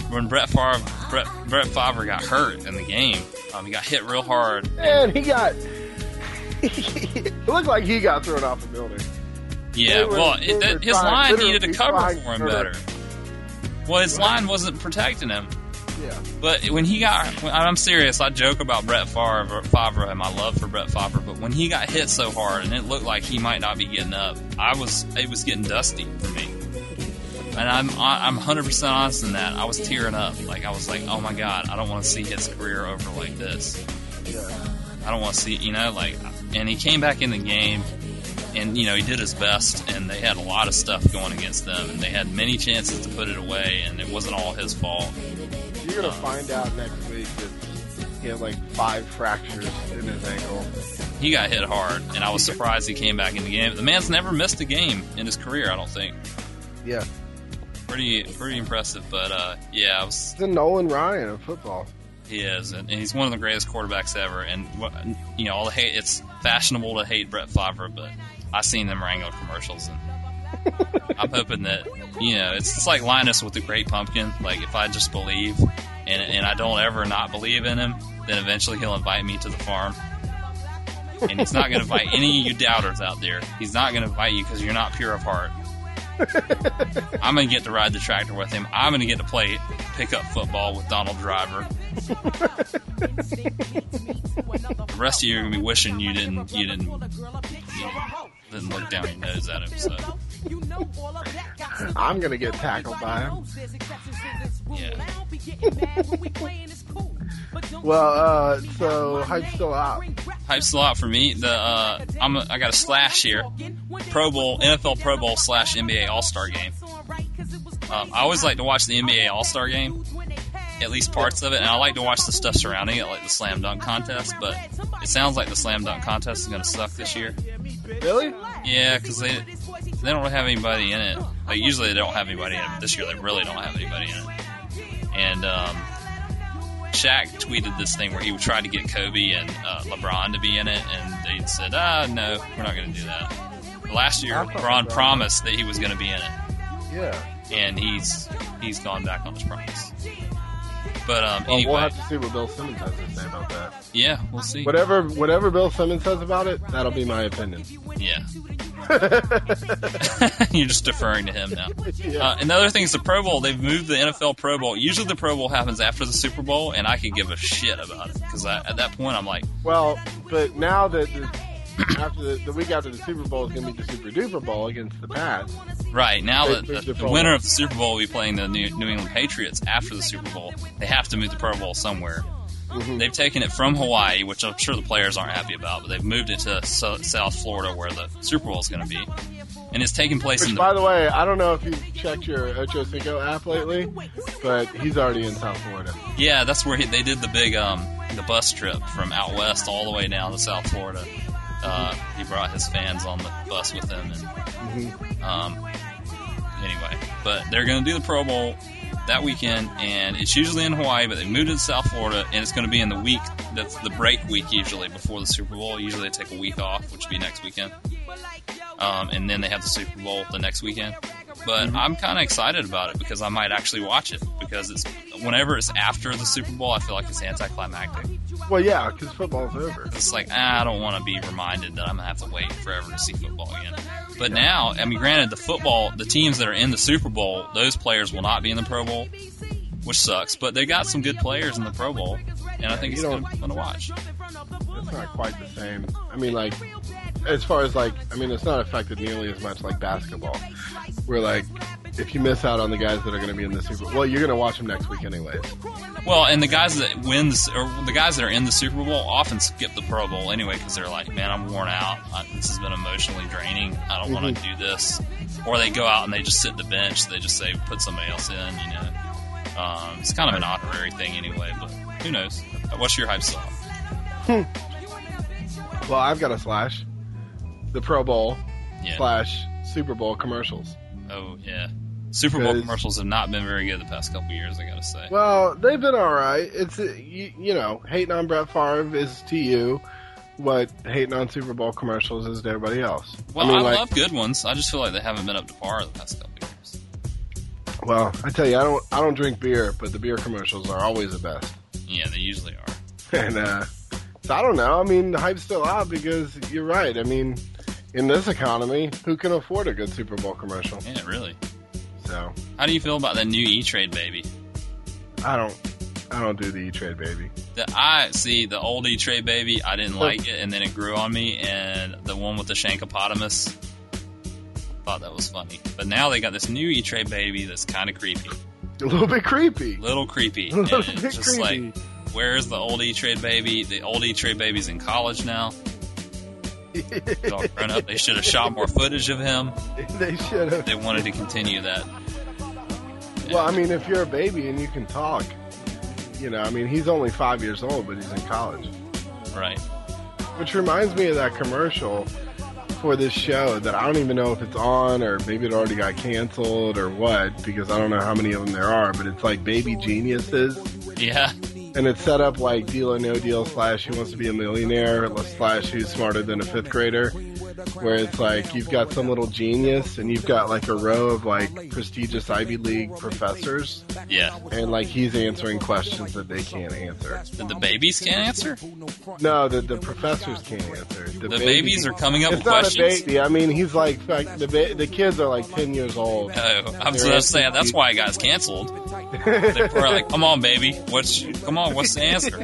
Speaker 1: when Brett Favre, Brett, Brett Favre got hurt in the game, um, he got hit real hard.
Speaker 2: And he got. it looked like he got thrown off the building.
Speaker 1: Yeah,
Speaker 2: They were-
Speaker 1: well,
Speaker 2: they
Speaker 1: it, that,
Speaker 2: were
Speaker 1: his
Speaker 2: trying-
Speaker 1: line
Speaker 2: literally
Speaker 1: needed a cover
Speaker 2: trying
Speaker 1: for him
Speaker 2: to hurt
Speaker 1: better. Well, his
Speaker 2: Right.
Speaker 1: line wasn't protecting him.
Speaker 2: Yeah.
Speaker 1: But when he got, when, I'm serious. I joke about Brett Favre, Favre and my love for Brett Favre. But when he got hit so hard and it looked like he might not be getting up, I was it was getting dusty for me. And I'm I- I'm 100 percent honest in that. I was tearing up. Like I was like, oh my god, I don't want to see his career over like this.
Speaker 2: Yeah.
Speaker 1: I don't want to see you know like. And he came back in the game, and you know he did his best. And they had a lot of stuff going against them, and they had many chances to put it away, and it wasn't all his fault.
Speaker 2: You're gonna find out next week that he had like five fractures in his ankle.
Speaker 1: He got hit hard, and I was surprised he came back in the game. The man's never missed a game in his career, I don't think.
Speaker 2: Yeah.
Speaker 1: Pretty, pretty impressive. But uh, yeah, I was,
Speaker 2: It's the Nolan Ryan of football.
Speaker 1: he is, and and he's one of the greatest quarterbacks ever. And what- you know, all the hate. It's fashionable to hate Brett Favre, but I seen them Wrangler commercials, and I'm hoping that you know, it's just like Linus with the Great Pumpkin. Like if I just believe, and and I don't ever not believe in him, then eventually he'll invite me to the farm. and he's not going to fight any of you doubters out there. He's not going to fight you because you're not pure of heart. I'm going to get to ride the tractor with him. I'm going to get to play pickup football with Donald Driver.
Speaker 4: the rest of you are gonna be wishing you didn't you didn't
Speaker 1: Then look down your nose at him. So
Speaker 2: I'm gonna get tackled by him.
Speaker 4: Yeah.
Speaker 2: Well, uh, so hype's still out.
Speaker 1: hype's a lot for me. The uh, I'm a, I got a slash here. Pro Bowl, NFL Pro Bowl slash NBA All Star game. Um, I always like to watch the NBA All Star game, at least parts of it, and I like to watch the stuff surrounding it, like the slam dunk contest. But it sounds like the slam dunk contest is going to suck this year.
Speaker 2: Really?
Speaker 1: Yeah, because they they don't really have anybody in it. Like usually they don't have anybody in it. But this year they really don't have anybody in it. And um, Shaq tweeted this thing where he tried to get Kobe and uh, LeBron to be in it, and they said, "Ah, no, we're not going to do that." But last year,
Speaker 2: I thought
Speaker 1: LeBron
Speaker 2: LeBron-
Speaker 1: promised that he was going to be in it,
Speaker 2: Yeah.
Speaker 1: and he's he's gone back on his promise. But um,
Speaker 2: Well,
Speaker 1: anyway,
Speaker 2: we'll have to see what Bill Simmons has to say about that.
Speaker 1: yeah, we'll see.
Speaker 2: Whatever, whatever Bill Simmons says about it, that'll be my opinion.
Speaker 1: Yeah,
Speaker 2: yeah.
Speaker 1: you're just deferring to him now. Uh, and the other thing is the Pro Bowl. They've moved the NFL Pro Bowl. Usually the Pro Bowl happens after the Super Bowl, and I could give a shit about it because at that point I'm like,
Speaker 2: Well, but now that the, after the, the week after the Super Bowl is going to be the Super Duper Bowl against the Pats.
Speaker 1: right now
Speaker 2: They
Speaker 1: that
Speaker 2: moved
Speaker 1: the,
Speaker 2: the
Speaker 1: the
Speaker 2: Pro
Speaker 1: winner
Speaker 2: Bowl.
Speaker 1: of the Super Bowl will be playing the New, New England Patriots after the Super Bowl. They have to move the Pro Bowl somewhere.
Speaker 2: Mm-hmm.
Speaker 1: They've taken it from Hawaii, which I'm sure the players aren't happy about, but they've moved it to so- South Florida where the Super Bowl is going to be, and it's taking place in
Speaker 2: Which,
Speaker 1: the
Speaker 2: by the way, I don't know if you've checked your Ocho Cinco app lately, but he's already in South Florida.
Speaker 1: Yeah, that's where he, they did the big um the bus trip from out west all the way down to South Florida. Uh, he brought his fans on the bus with him, and um, anyway, but they're going to do the Pro Bowl that weekend, and it's usually in Hawaii, but they moved it to South Florida, and it's going to be in the week that's the break week usually before the Super Bowl. Usually they take a week off, which would be next weekend, um, and then they have the Super Bowl the next weekend. But I'm kind of excited about it because I might actually watch it because it's whenever it's after the Super Bowl, I feel like it's anticlimactic.
Speaker 2: Well, yeah, because football's over.
Speaker 1: It's like ah, I don't want to be reminded that I'm gonna have to wait forever to see football again. But now, I mean, granted, the football, the teams that are in the Super Bowl, those players will not be in the Pro Bowl, which sucks. But they got some good players in the Pro Bowl, and I think
Speaker 2: you
Speaker 1: it's gonna
Speaker 2: don't-
Speaker 1: be fun to watch.
Speaker 2: It's not quite the same. I mean, like, as far as like, I mean, it's not affected nearly as much like basketball. Where like, if you miss out on the guys that are going to be in the Super, well, you're going to watch them next week anyways.
Speaker 1: Well, and the guys that win, the, or the guys that are in the Super Bowl often skip the Pro Bowl anyway because they're like, man, I'm worn out. I, this has been emotionally draining. I don't want
Speaker 2: Mm-hmm.
Speaker 1: to do this. Or they go out and they just sit at the bench. They just say, put somebody else in, you know. Um, it's kind of an honorary thing anyway, but who knows? What's your hype song?
Speaker 2: Well, I've got a slash, the Pro Bowl
Speaker 1: Yeah.
Speaker 2: slash Super Bowl commercials.
Speaker 1: Oh, yeah. Super Bowl
Speaker 2: 'Cause-
Speaker 1: commercials have not been very good the past couple years, I gotta say.
Speaker 2: Well, they've been all right. It's uh, you, you know, hating on Brett Favre is to you what hating on Super Bowl commercials is to everybody else.
Speaker 1: Well, I,
Speaker 2: mean, like,
Speaker 1: love good ones. I just feel like they haven't been up to par the past couple years.
Speaker 2: well, I tell you, I don't, I don't drink beer, but the beer commercials are always the best.
Speaker 1: Yeah, they usually are.
Speaker 2: And uh, so I don't know. I mean, the hype's still out because you're right. I mean, in this economy, who can afford a good Super Bowl commercial?
Speaker 1: Yeah, really.
Speaker 2: So
Speaker 1: How do you feel about that new E Trade baby?
Speaker 2: I don't, I don't do the E Trade baby.
Speaker 1: The, I see the old E Trade baby. I didn't like it, and then it grew on me. And the one with the Shankopotamus, thought that was funny. But now they got this new E Trade baby that's kind of creepy,
Speaker 2: A little bit creepy.
Speaker 1: little creepy,
Speaker 2: A little
Speaker 1: and
Speaker 2: bit
Speaker 1: it's just
Speaker 2: creepy.
Speaker 1: like, where's the old E Trade baby? The old E Trade baby's in college now. He's all grown up. They should have shot more footage of him.
Speaker 2: they should have.
Speaker 1: They wanted to continue that.
Speaker 2: Well, I mean, if you're a baby and you can talk, you know, I mean, he's only five years old, but he's in college.
Speaker 1: Right.
Speaker 2: Which reminds me of that commercial for this show that I don't even know if it's on or maybe it already got canceled or what because I don't know how many of them there are, but it's like Baby Geniuses.
Speaker 1: Yeah.
Speaker 2: And it's set up like Deal or No Deal slash Who Wants to Be a Millionaire slash Who's Smarter Than a Fifth Grader, where it's like you've got some little genius and you've got like a row of like prestigious Ivy League professors
Speaker 1: Yeah.
Speaker 2: and like he's answering questions that they can't answer.
Speaker 1: That the babies can't answer?
Speaker 2: No, the, the professors can't answer. The,
Speaker 1: The babies are coming up
Speaker 2: It's
Speaker 1: with
Speaker 2: not
Speaker 1: questions.
Speaker 2: a baby. I mean, he's like, like the ba- the kids are like ten years old.
Speaker 1: Oh, I'm so sad. That's why it got canceled. They were like, "Come on, baby, what's come on, what's the answer?"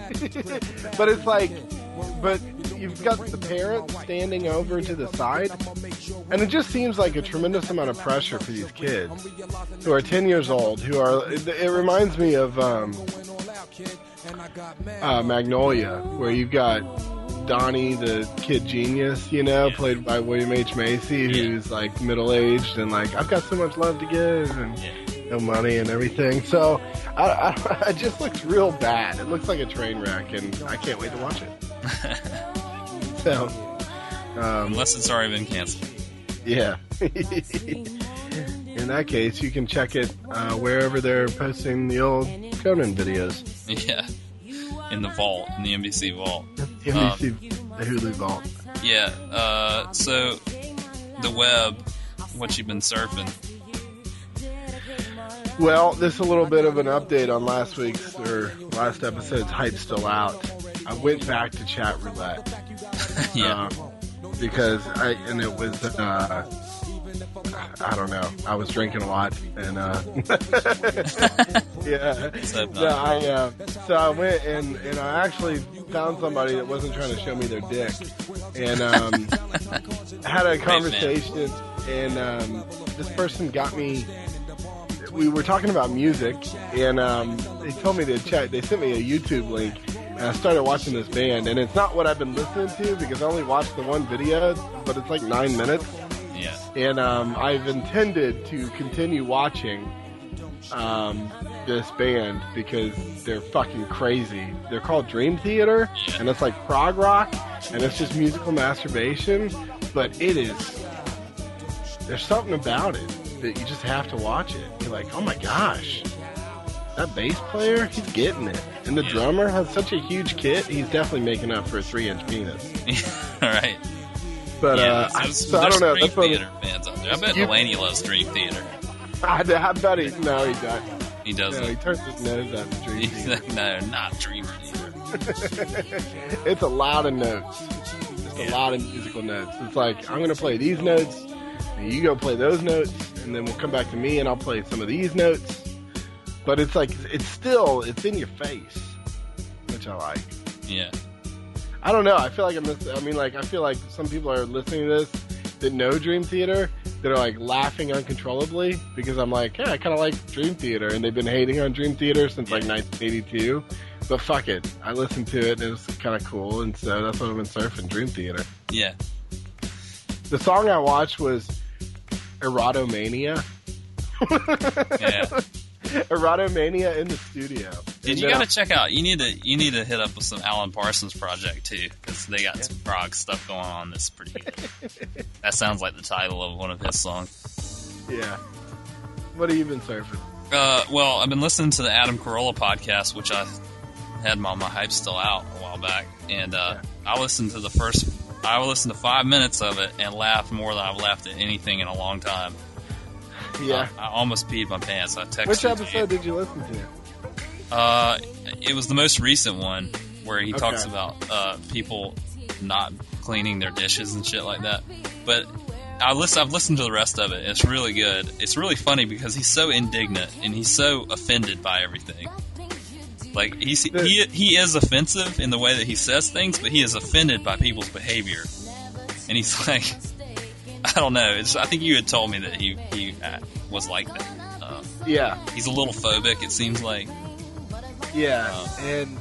Speaker 2: But it's like, but you've got the parent standing over to the side, and it just seems like a tremendous amount of pressure for these kids who are ten years old. Who are it, it reminds me of um, uh, Magnolia, where you've got Donnie, the kid genius, you know,
Speaker 1: Yeah.
Speaker 2: played by William H Macy,
Speaker 1: Yeah.
Speaker 2: who's like middle aged and like I've got so much love to give and
Speaker 1: Yeah.
Speaker 2: no money and everything. So I, I, it just looks real bad. It looks like a train wreck, and I can't wait to watch it. so um,
Speaker 1: Unless it's already been canceled.
Speaker 2: yeah. In that case, you can check it uh, wherever they're posting the old Conan videos.
Speaker 1: Yeah, in the vault, in the NBC vault.
Speaker 2: The NBC, the Hulu vault.
Speaker 1: Yeah. Uh, so the web, what you've been surfing?
Speaker 2: Well, this is a little bit of an update on last week's or last episode's hype still out. I went back to chat roulette
Speaker 1: yeah.
Speaker 2: um, because I and it was uh, I don't know. I was drinking a lot and uh, yeah.
Speaker 1: So,
Speaker 2: No, I uh, so I went and and I actually found somebody that wasn't trying to show me their dick and um, had a conversation and um, this person got me we were talking about music, and um, they told me to check. They sent me a YouTube link, and I started watching this band. And it's not what I've been listening to because I only watched the one video, but it's like nine minutes.
Speaker 1: yeah.
Speaker 2: And um, I've intended to continue watching um, this band because they're fucking crazy. They're called Dream Theater, and it's like prog rock, and it's just musical masturbation, but it is. There's something about it that you just have to watch it. You're like, oh my gosh, that bass player, he's getting it. And the
Speaker 1: Yeah.
Speaker 2: drummer has such a huge kit, he's definitely making up for a three inch penis.
Speaker 1: All right.
Speaker 2: But
Speaker 1: yeah,
Speaker 2: uh,
Speaker 1: so
Speaker 2: I,
Speaker 1: there's-
Speaker 2: so I
Speaker 1: there's
Speaker 2: don't know.
Speaker 1: Dream
Speaker 2: That's what,
Speaker 1: Theater fans out there. I bet
Speaker 2: You-
Speaker 1: Delaney loves Dream Theater.
Speaker 2: I, I bet he, no, he
Speaker 1: He
Speaker 2: doesn't. No, he
Speaker 1: doesn't.
Speaker 2: turns his nose at the Dream
Speaker 1: He's
Speaker 2: Theater.
Speaker 1: like, no, not Dreamer either.
Speaker 2: it's a lot of notes. Just a lot of musical notes. It's like I'm gonna play these notes, and you go play those notes, and then we'll come back to me and I'll play some of these notes. But it's like it's still it's in your face, which I like.
Speaker 1: Yeah.
Speaker 2: I don't know. I feel like I'm. This, I mean, like I feel like some people are listening to this that know Dream Theater that are like laughing uncontrollably because I'm like, yeah, I kind of like Dream Theater, and they've been hating on Dream Theater since like 1982. But fuck it, I listened to it and it was kind of cool, and so that's what I've been surfing Dream Theater.
Speaker 1: Yeah.
Speaker 2: The song I watched was Erotomania.
Speaker 1: Yeah.
Speaker 2: Erotomania in the studio.
Speaker 1: Dude,
Speaker 2: And uh,
Speaker 1: you
Speaker 2: then
Speaker 1: gotta check out. You need to you need to hit up with some Alan Parsons project too, because they got some prog stuff going on that's pretty good. that sounds like the title of one of his songs.
Speaker 2: I- yeah. What have you been surfing?
Speaker 1: Uh, well, I've been listening to the Adam Carolla podcast, which I had my my hype still out a while back, and uh, I listened to the first. I listened to five minutes of it and laughed more than I've laughed at anything in a long time.
Speaker 2: Yeah.
Speaker 1: I, I almost peed my pants. I texted.
Speaker 2: Which
Speaker 1: you.
Speaker 2: episode did you listen to?
Speaker 1: Uh, it was the most recent one where he talks
Speaker 2: Okay.
Speaker 1: about uh, people not cleaning their dishes and shit like that. But I listen, I've listened to the rest of it. It's really good. It's really funny because he's so indignant and he's so offended by everything. Like he's, he he is offensive in the way that he says things, but he is offended by people's behavior. And he's like, I don't know. It's, I think you had told me that he he uh, was like that. Uh,
Speaker 2: Yeah,
Speaker 1: he's a little phobic. It seems like.
Speaker 2: yeah,
Speaker 1: Oh.
Speaker 2: and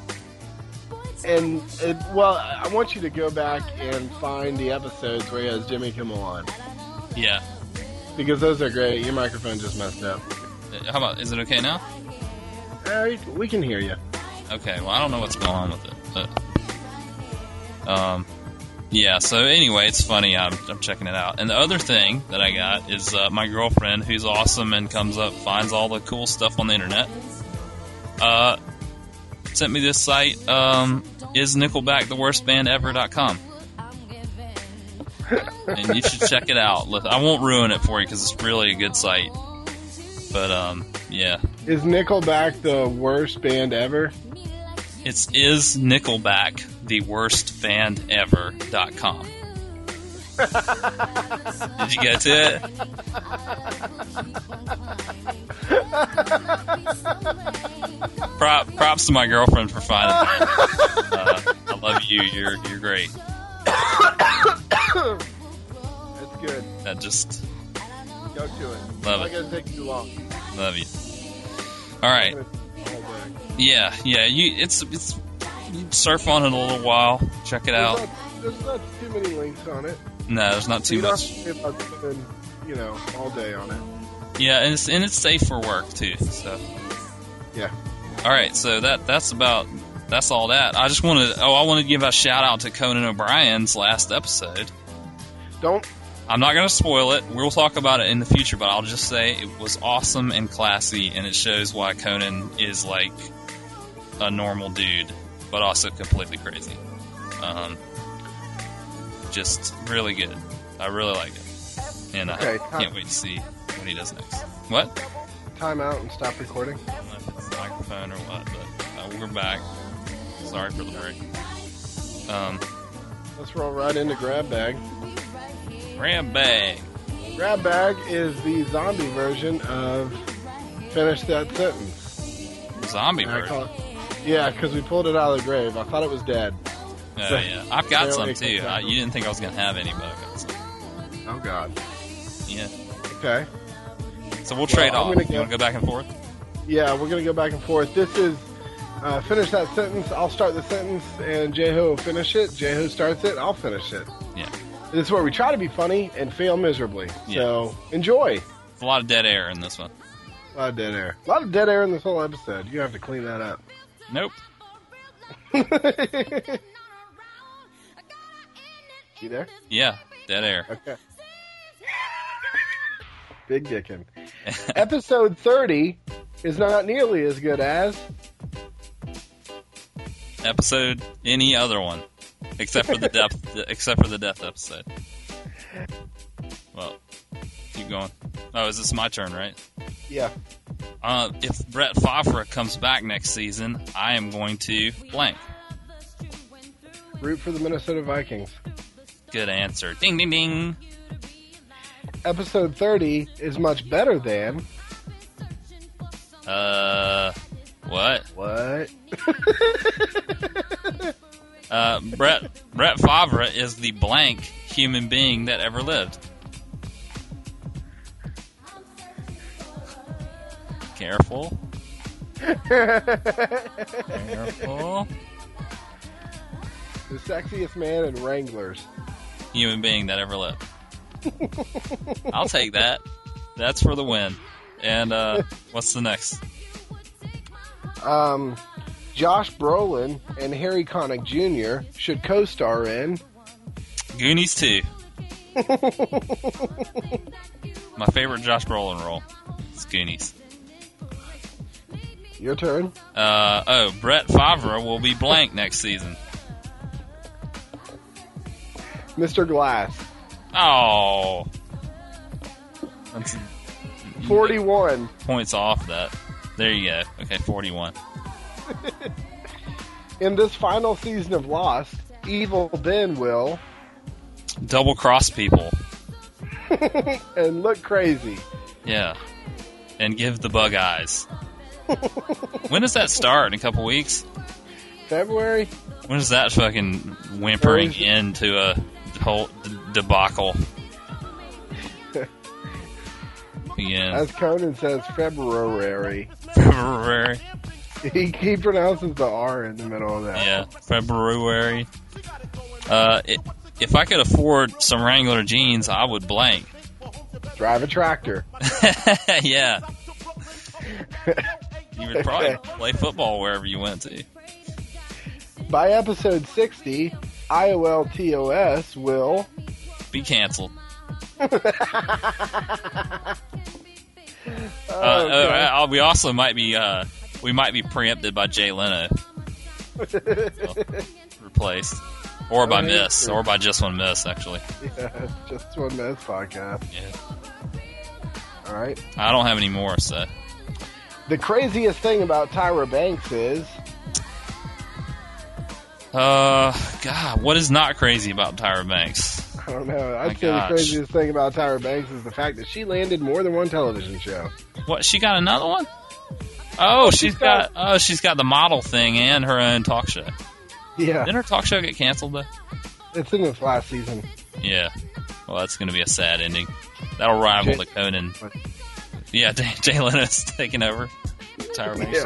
Speaker 2: and it, well, I want you to go back and find the episodes where he has Jimmy Kimmel on
Speaker 1: Yeah.
Speaker 2: because those are great. Your microphone just messed up.
Speaker 1: Uh, How about? Is it okay now?
Speaker 2: All right, we can hear you.
Speaker 1: Okay, well, I don't know what's going on with it, but um, yeah. So anyway, it's funny. I'm, I'm checking it out. And the other thing that I got is uh, my girlfriend, who's awesome and comes up finds all the cool stuff on the internet. Uh, sent me this site. Um, is Nickelback the worst band ever.com. and you should check it out. Look, I won't ruin it for you because it's really a good site. But um, yeah,
Speaker 2: Is Nickelback the worst band ever?
Speaker 1: It's is Nickelback the worst band ever dot com. Did you get to it? Prop, props to my girlfriend for finding it. Uh, I love you. You're you're great.
Speaker 2: That's good.
Speaker 1: I just
Speaker 2: Go to it.
Speaker 1: Love
Speaker 2: Not
Speaker 1: it.
Speaker 2: gonna take you too long.
Speaker 1: love you. All right. Yeah, yeah. You it's it's you surf on it a little while. Check it
Speaker 2: There's
Speaker 1: out.
Speaker 2: not, there's not too many links on it.
Speaker 1: No, there's not
Speaker 2: So
Speaker 1: too
Speaker 2: you don't
Speaker 1: much.
Speaker 2: have to worry about spending, you know, all day on it.
Speaker 1: Yeah, and it's and it's safe for work too. So.
Speaker 2: Yeah.
Speaker 1: All right, so that that's about that's all that. I just want to oh, I want to give a shout out to Conan O'Brien's last episode.
Speaker 2: Don't.
Speaker 1: I'm not going to spoil it. We'll talk about it in the future, but I'll just say it was awesome and classy, and it shows why Conan is like a normal dude, but also completely crazy. Um, just really good. I really liked it, and
Speaker 2: Okay,
Speaker 1: I can't wait to see what he does next. What?
Speaker 2: Time out and stop recording.
Speaker 1: don't know if it's the microphone or what, but uh, we're back. Sorry for the break. Um,
Speaker 2: Let's roll right into grab bag.
Speaker 1: ram bang.
Speaker 2: Grab bag is the zombie version of finish that sentence.
Speaker 1: Zombie
Speaker 2: And I
Speaker 1: bird.
Speaker 2: call
Speaker 1: Oh,
Speaker 2: it- yeah, because we pulled it out of the grave. I thought it was dead.
Speaker 1: Oh, yeah. I've got
Speaker 2: Yeah,
Speaker 1: some
Speaker 2: okay,
Speaker 1: too.
Speaker 2: cool.
Speaker 1: I, you didn't think I was going to have any, but I got some.
Speaker 2: Oh God.
Speaker 1: Yeah.
Speaker 2: Okay.
Speaker 1: So we'll trade
Speaker 2: I'm
Speaker 1: off.
Speaker 2: gonna
Speaker 1: You
Speaker 2: go-
Speaker 1: want to go back and forth?
Speaker 2: Yeah, we're gonna go back and forth. This is uh, finish that sentence. I'll start the sentence, and Jeho will finish it. Jeho starts it. I'll finish it.
Speaker 1: Yeah.
Speaker 2: This is where we try to be funny and fail miserably.
Speaker 1: Yeah.
Speaker 2: So enjoy.
Speaker 1: It's a lot of dead air in this one.
Speaker 2: A lot of dead air. A lot of dead air in this whole episode. You have to clean that up.
Speaker 1: Nope.
Speaker 2: you there?
Speaker 1: Yeah. Dead air.
Speaker 2: Okay. Big dickin. Episode 30 is not nearly as good as.
Speaker 1: Episode any other one, except for the depth, except for the death episode. Well, keep going. Oh, is this my turn, right?
Speaker 2: Yeah.
Speaker 1: uh, if Brett Favre comes back next season, I am going to blank.
Speaker 2: Root for the Minnesota Vikings.
Speaker 1: Good answer. Ding ding ding.
Speaker 2: Episode 30 is much better than.
Speaker 1: Uh, what?
Speaker 2: What?
Speaker 1: Uh, Brett Brett Favre is the blank human being that ever lived. Careful. Careful.
Speaker 2: The sexiest man in Wranglers.
Speaker 1: Human being that ever lived. I'll take that. That's for the win. And uh, what's the next?
Speaker 2: Um, Josh Brolin and Harry Connick Jr. should co star in.
Speaker 1: Goonies 2. My favorite Josh Brolin role is Goonies.
Speaker 2: Your turn.
Speaker 1: Uh, oh, Brett Favre will be blank next season.
Speaker 2: Mr. Glass.
Speaker 1: Oh. That's
Speaker 2: 41.
Speaker 1: points off that. There you go. Okay, 41.
Speaker 2: In this final season of Lost, Evil Ben will
Speaker 1: Double cross people.
Speaker 2: and look crazy.
Speaker 1: Yeah. And give the bug eyes. when does that start? In a couple weeks?
Speaker 2: February?
Speaker 1: When does that fucking whimpering
Speaker 2: Thursday.
Speaker 1: end to a whole d- debacle? Begin
Speaker 2: As Conan says, February.
Speaker 1: February.
Speaker 2: He, he pronounces the R in the middle of that.
Speaker 1: Yeah, February. Uh, i if I could afford some Wrangler jeans, I would blank.
Speaker 2: Drive a tractor.
Speaker 1: yeah. You would probably play football wherever you went to.
Speaker 2: By episode 60, IOLTOS will
Speaker 1: Be canceled. Uh,
Speaker 2: Oh,
Speaker 1: oh,
Speaker 2: God.
Speaker 1: uh, we also might be uh, we might be preempted by Jay Leno. So, replaced, or by
Speaker 2: Oh, that's
Speaker 1: Miss,
Speaker 2: true.
Speaker 1: or by just one Miss. Actually,
Speaker 2: Yeah, just one minute podcast.
Speaker 1: Yeah.
Speaker 2: All right.
Speaker 1: I don't have any more. So
Speaker 2: The craziest thing about Tyra Banks is
Speaker 1: Uh, God, what is not crazy about Tyra Banks?
Speaker 2: I don't know. I'd
Speaker 1: My
Speaker 2: say
Speaker 1: gosh.
Speaker 2: the craziest thing about Tyra Banks is the fact that she landed more than one television show.
Speaker 1: What? She got another one? Oh, she's got oh, she's got the model thing and her own talk show.
Speaker 2: Yeah,
Speaker 1: Didn't her talk show get canceled though?
Speaker 2: it's in this last season.
Speaker 1: Yeah. Well, that's going to be a sad ending. That'll rival
Speaker 2: Jay-
Speaker 1: the Conan.
Speaker 2: What?
Speaker 1: Yeah, Jay, Jay Leno's taking over. Tyra Banks.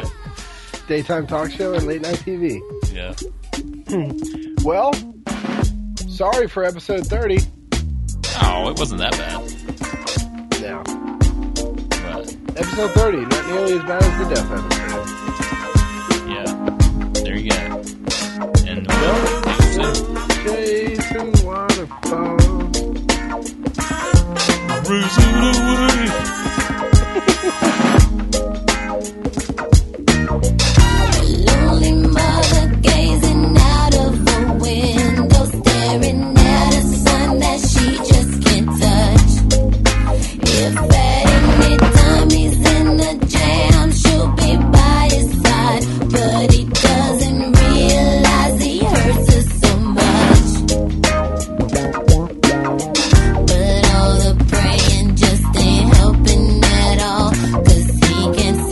Speaker 2: Yeah. Daytime talk show and late night TV.
Speaker 1: yeah.
Speaker 2: Well, sorry for episode thirty.
Speaker 1: Oh, it wasn't that bad.
Speaker 2: No,
Speaker 1: But
Speaker 2: episode thirty not nearly as bad as the death episode.
Speaker 1: yeah, there you go. And well, see you soon.
Speaker 2: Jason Waterfall.
Speaker 1: Bruise it away.
Speaker 3: Lonely mother gazing out of her window, staring at a sun that she just can't touch. If at any time he's in a jam, she'll be by his side, but he doesn't realize he hurts her so much. But all the praying just ain't helping at all. 'Cause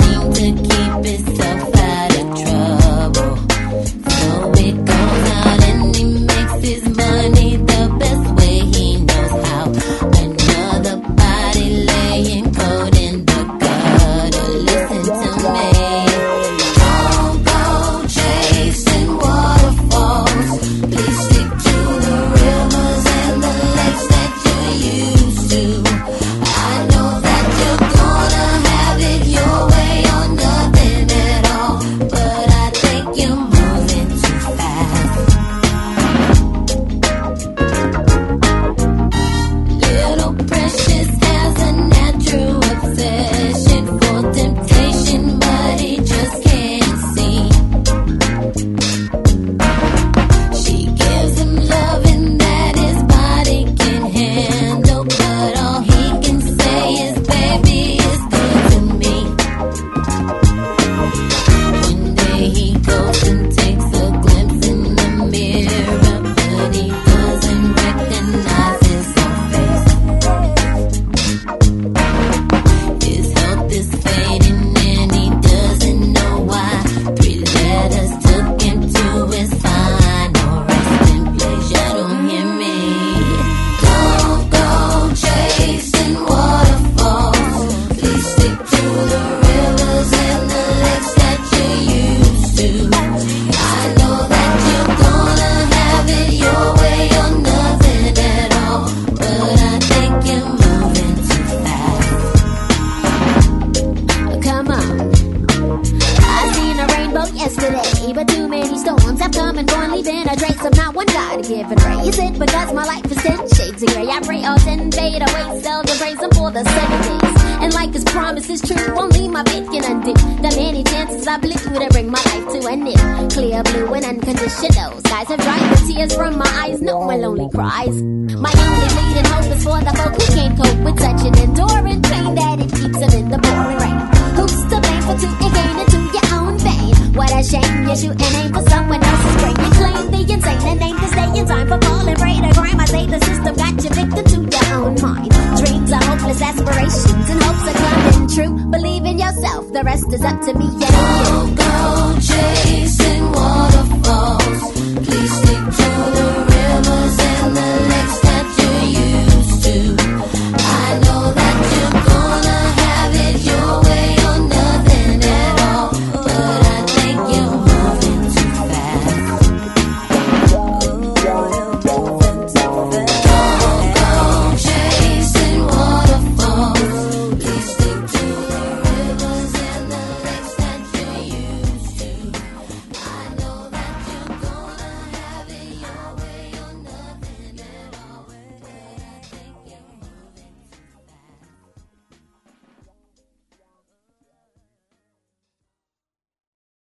Speaker 5: Cause my life is ten shades of gray. I pray all ten fade away. Sell the praise and for the seven days. And like his promise is true, won't leave my faith can undo. The many chances I blew to bring my life to an end. Clear blue and unconditional. Skies have dried the tears from my eyes. No one lonely cries. My only leading hope is for the folk who can't cope with such an enduring pain that it keeps them in the pouring rain. Who's to blame for two and gain into your own vein? What a shame you're shooting aim for someone else's brain. You claim the insane and aim to stay in time for falling prey to crime. I say the